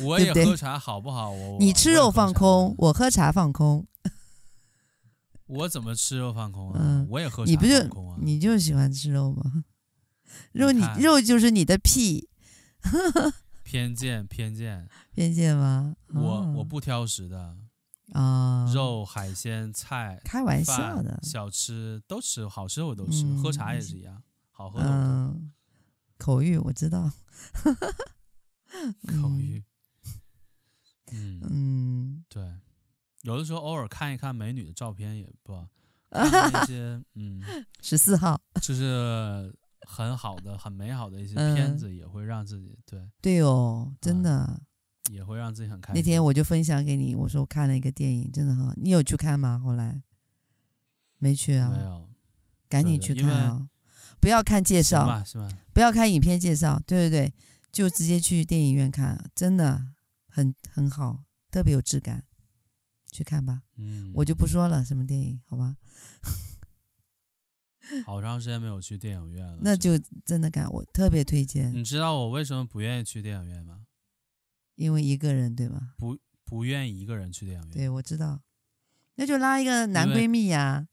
A: 我
B: 对
A: 也
B: 不对
A: 喝茶好不好？我
B: 你
A: 我
B: 吃
A: 我也
B: 肉
A: 喝
B: 放
A: 茶
B: 空，我喝茶放空，
A: 我怎么吃肉放空啊？
B: 嗯
A: 我也喝
B: 你
A: 茶
B: 不就
A: 放空啊？
B: 你就喜欢吃肉吗？ 肉
A: 你
B: 你
A: 看
B: 肉就是你的屁
A: 偏见偏见，
B: 偏见吗？
A: 我我
B: 啊
A: 不挑食的，
B: 啊，
A: 肉、海鲜、菜、
B: 开玩笑
A: 饭
B: 的，
A: 小吃都吃，好吃我都吃，喝茶也是一样，好喝的我都
B: 嗯，口欲我知道，
A: 口欲。嗯，
B: 嗯，
A: 对，有的时候偶尔看一看美女的照片也不，看看那 些嗯，
B: 十四号，
A: 就是很好的、很美好的一些
B: 嗯
A: 片子，也会让自己对
B: 对哦，真的，
A: 也会让自己很开心。
B: 那天我就分享给你，我说我看了一个电影，真的很好。你有去看吗？后来没去啊，
A: 没有
B: 赶紧
A: 对
B: 去
A: 的
B: 看
A: 因为
B: 啊！不要看介
A: 是
B: 绍，
A: 吧？是吧？
B: 不要看影片介绍，对对对，就直接去电影院看，真的很很好，特别有质感。去看吧，
A: 嗯，
B: 我就不说了什么电影，好吧？
A: 好长时间没有去电影院了。
B: 那
A: 真嗯的嗯
B: 就真的看，我特别推荐，
A: 你知道我为什么不愿意去电影院吗？
B: 因为一个人对吧？
A: 不愿意一个人去电影院。
B: 对，我知道，那就拉一个男
A: 因为
B: 闺蜜呀、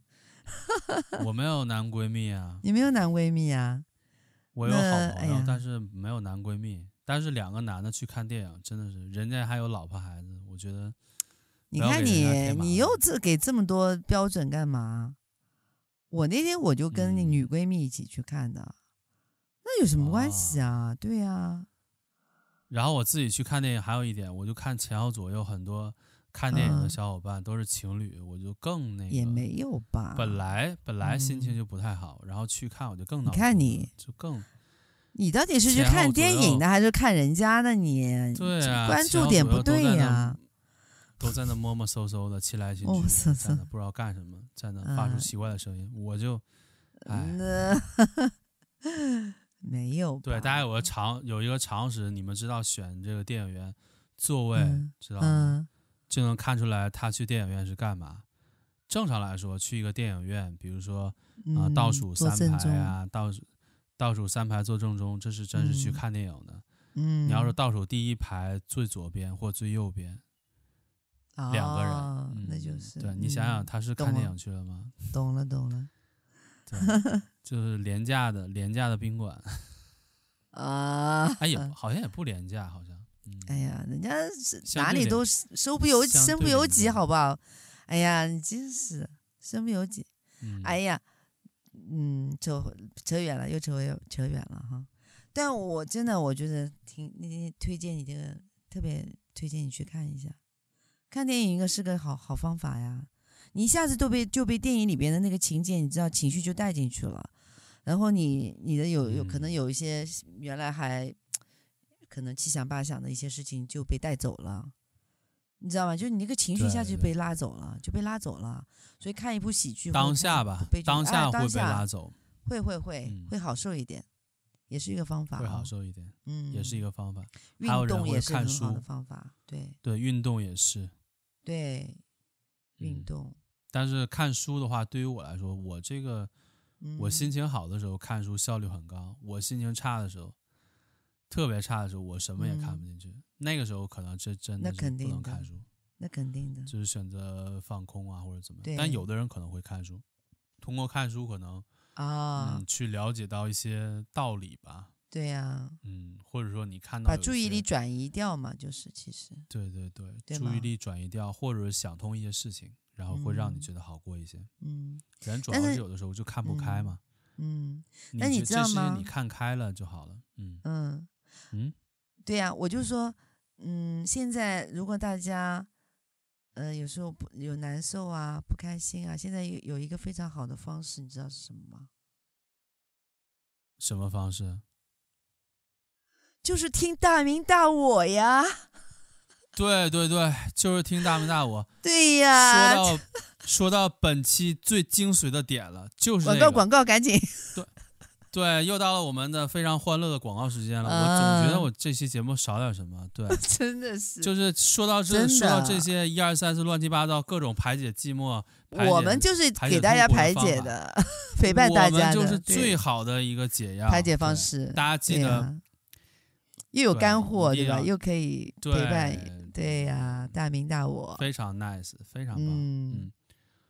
A: 我没有男闺蜜 啊，
B: 你没有男闺蜜呀、
A: 我有好
B: 那
A: 朋友，
B: 哎呀
A: 但是没有男闺蜜。但是两个男的去看电影，真的是人家还有老婆孩子，我觉得
B: 你
A: 不要
B: 看
A: 给人家
B: 你
A: 添，麻
B: 你又
A: 烦
B: 这给这么多标准干嘛？我那天我就跟那
A: 嗯
B: 女闺蜜一起去看的，那有什么关系
A: 哦
B: 啊？对呀、
A: 然后我自己去看电影，还有一点，我就看前后左右很多看电影的
B: 嗯
A: 小伙伴都是情侣，我就更那个。
B: 也没有吧。
A: 本来本来心情
B: 嗯
A: 就不太好，然后去看我就更
B: 你
A: 恼火了。
B: 看你
A: 就更
B: 你到底是去
A: 前后
B: 看
A: 左
B: 电影
A: 右
B: 的，还是看人家的你？
A: 对
B: 这
A: 啊
B: 嗯关
A: 前
B: 注
A: 后
B: 点
A: 左
B: 不
A: 右都
B: 对
A: 在那
B: 呀、
A: 都在那摸摸搜搜的，亲来亲
B: 哦
A: 去，
B: 搜
A: 的，
B: 搜
A: 在那不知道干什么，在那发出
B: 嗯
A: 奇怪的声音，我就哎。
B: 那嗯 没有吧。
A: 对，大家
B: 啊
A: 有个常有一个常识，你们知道选这个电影院座位，
B: 嗯
A: 知道吗？
B: 嗯
A: 就能看出来他去电影院是干嘛。正常来说，去一个电影院，比如说
B: 嗯、
A: 啊、倒数
B: 多
A: 三
B: 慎
A: 排
B: 重，
A: 啊，倒数倒数三排坐正中，这是真是去
B: 嗯
A: 看电影的。
B: 嗯，
A: 你要是倒数第一排最左边或最右边，两个人，
B: 哦
A: 嗯、
B: 那就是
A: 对你想想，
B: 嗯
A: 他是
B: 懂
A: 看电
B: 了
A: 影去了吗？
B: 懂了懂了。
A: 对， 就是廉价的廉价的宾馆，
B: 啊，
A: 哎也好像也不廉价，好像嗯
B: 哎呀，人家是
A: 相
B: 哪
A: 对
B: 里
A: 廉
B: 都是身不由
A: 相
B: 身不
A: 对
B: 由
A: 廉
B: 己，
A: 价
B: 好不好？哎呀，你真是身不由己。
A: 嗯，
B: 哎呀，嗯，扯回扯远了，又扯回扯远了哈。但我真的我觉得挺那天推荐你这个，特别推荐你去看一下。看电影一个是个好好方法呀，你一下子都被就被电影里边的那个情节，你知道情绪就带进去了，然后你你的有有可能
A: 嗯
B: 有一些原来还可能七想八想的一些事情就被带走了，你知道吗？就是你那个情绪一下
A: 对
B: 就
A: 对
B: 被拉走了，就被拉走了。所以看一部喜剧或者
A: 当
B: 看
A: 下
B: 一部
A: 吧
B: 悲，剧
A: 当
B: 哎
A: 下会
B: 当
A: 被
B: 下
A: 拉走，
B: 会会会、
A: 嗯
B: 会好受一点，也是一个方法、哦，
A: 会好，受一点，
B: 嗯，
A: 也是一个方法。
B: 运
A: 还有人
B: 动
A: 会
B: 也是
A: 看
B: 很好
A: 书
B: 的方法，对
A: 对，运动也是，
B: 对，运
A: 嗯
B: 动，
A: 但是看书的话，对于我来说，我这个
B: 嗯，
A: 我心情好的时候看书效率很高，我心情差的时候，特别差的时候，我什么也看
B: 嗯
A: 不进去。那个时候可能这真
B: 那
A: 的是
B: 肯
A: 不
B: 定
A: 能
B: 的
A: 看书，
B: 那肯定的，
A: 就是选择放空啊或者怎么
B: 对
A: 样。但有的人可能会看书，通过看书可能
B: 啊，
A: 嗯去了解到一些道理吧，
B: 对呀、
A: 嗯，或者说你看到
B: 把
A: 有一
B: 注意
A: 些
B: 力转移掉嘛，就是其实，
A: 对对对，
B: 对
A: 注意
B: 吗
A: 力转移掉，或者想通一些事情，然后会让你
B: 嗯
A: 觉得好过一些。
B: 嗯
A: 人主要
B: 但
A: 是
B: 是
A: 有的时候就看不开嘛，
B: 嗯那你
A: 这
B: 知
A: 这
B: 道
A: 事情
B: 吗
A: 你看开了就好了。嗯
B: 嗯，
A: 嗯，
B: 对呀、我就说，嗯，现在如果大家，呃，有时候不有难受啊、不开心啊，现在有有一个非常好的方式，你知道是什么吗？
A: 什么方式？
B: 就是听大明大我呀，
A: 对对对，就是听大明大 我
B: 对
A: 说
B: 呀，
A: 到说到本期最精髓的点了，就是、这
B: 广
A: 个、
B: 告广告，赶紧，
A: 对，又到了我们的非常欢乐的广告时间了。我总觉得
B: 嗯
A: 我这期节目少点什么。 对，
B: 真的是，
A: 就是说到这，
B: 真
A: 说到
B: 的
A: 这些一二三四乱七八糟各种排解寂寞，排
B: 我
A: 解
B: 们就是
A: 排
B: 给
A: 解
B: 大
A: 痛苦的
B: 家排
A: 方
B: 解
A: 法
B: 的，陪伴大家
A: 我们
B: 的，
A: 就是
B: 对
A: 最好的一个解药
B: 排解
A: 对
B: 方。式，
A: 大家记
B: 对呀、
A: 得，
B: 又有
A: 对啊
B: 干
A: 一
B: 货，
A: 定
B: 对吧？
A: 要
B: 又可以陪伴，对呀、大明大我，
A: 非常 nice，非常棒。
B: 嗯。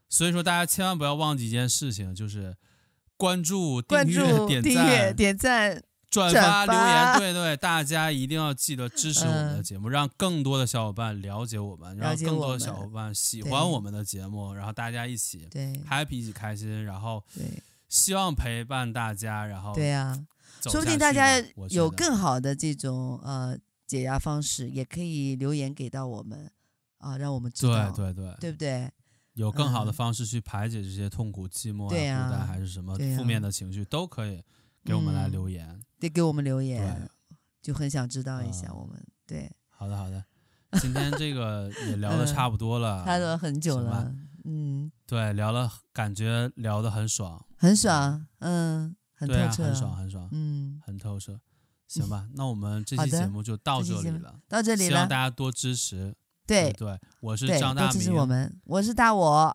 A: 所以说，大家千万不要忘记一件事情，就是关注、
B: 关
A: 订
B: 注
A: 阅、、点
B: 订阅、
A: 赞、
B: 点赞，
A: 转发、
B: 转
A: 留言。
B: 发
A: 对对，大家一定要记得支持我们的
B: 嗯
A: 节目，让更多的小伙伴了解我们，让
B: 了解
A: 更多
B: 我
A: 的小伙
B: 们
A: 伴喜
B: 对
A: 欢我们的节目，然后大家一起
B: 对
A: happy 一起开心，然后
B: 对
A: 希望陪伴大家，然后
B: 对呀，
A: 走
B: 说不
A: 下
B: 定大
A: 去
B: 家
A: 吧我觉
B: 有
A: 得
B: 更好的这种呃解压方式，也可以留言给到我们啊，让我们知道，
A: 对对对
B: 对不对？
A: 有更好的
B: 嗯
A: 方式去排解这些痛苦、寂寞、啊、
B: 对呀
A: 孤单还是什么
B: 对呀
A: 负面的情绪，都可以给我们来
B: 嗯
A: 留言。
B: 得给我们留
A: 对
B: 言，就很想知道一下
A: 啊
B: 我们对
A: 好的，好的，今天这个也聊
B: 嗯
A: 的差不多了，
B: 他都很久
A: 啊行吧
B: 了，嗯，
A: 对，聊了感觉聊得很爽，
B: 很爽，嗯，很透
A: 对啊，
B: 彻，
A: 很爽，很爽，
B: 嗯，
A: 很透彻。行吧，那我们这
B: 好
A: 期
B: 的
A: 节目就到
B: 这期
A: 这里
B: 节目
A: 了，
B: 到这里
A: 希望
B: 了
A: 大，家多支持。
B: 对
A: 对，我是
B: 对，
A: 张
B: 多
A: 大
B: 支
A: 明
B: 持，我们，我是大我，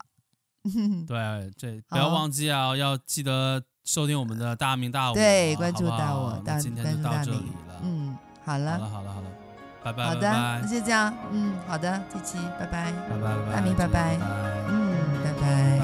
A: 对，这
B: 好
A: 不要忘记啊，要记得收听我们的大明大我啊，
B: 呃对
A: 好
B: 关注
A: 不好
B: 大我
A: 那
B: 大
A: 今天
B: 关
A: 就
B: 注
A: 到
B: 大
A: 这
B: 明
A: 里了，，
B: 嗯，好
A: 好
B: 了，
A: 了好了好了，拜拜，
B: 好的，
A: 拜
B: 那就这样，嗯，好的，这期拜拜，
A: 拜拜拜拜，
B: 大明拜
A: 拜
B: 拜
A: 拜。
B: 嗯，拜拜。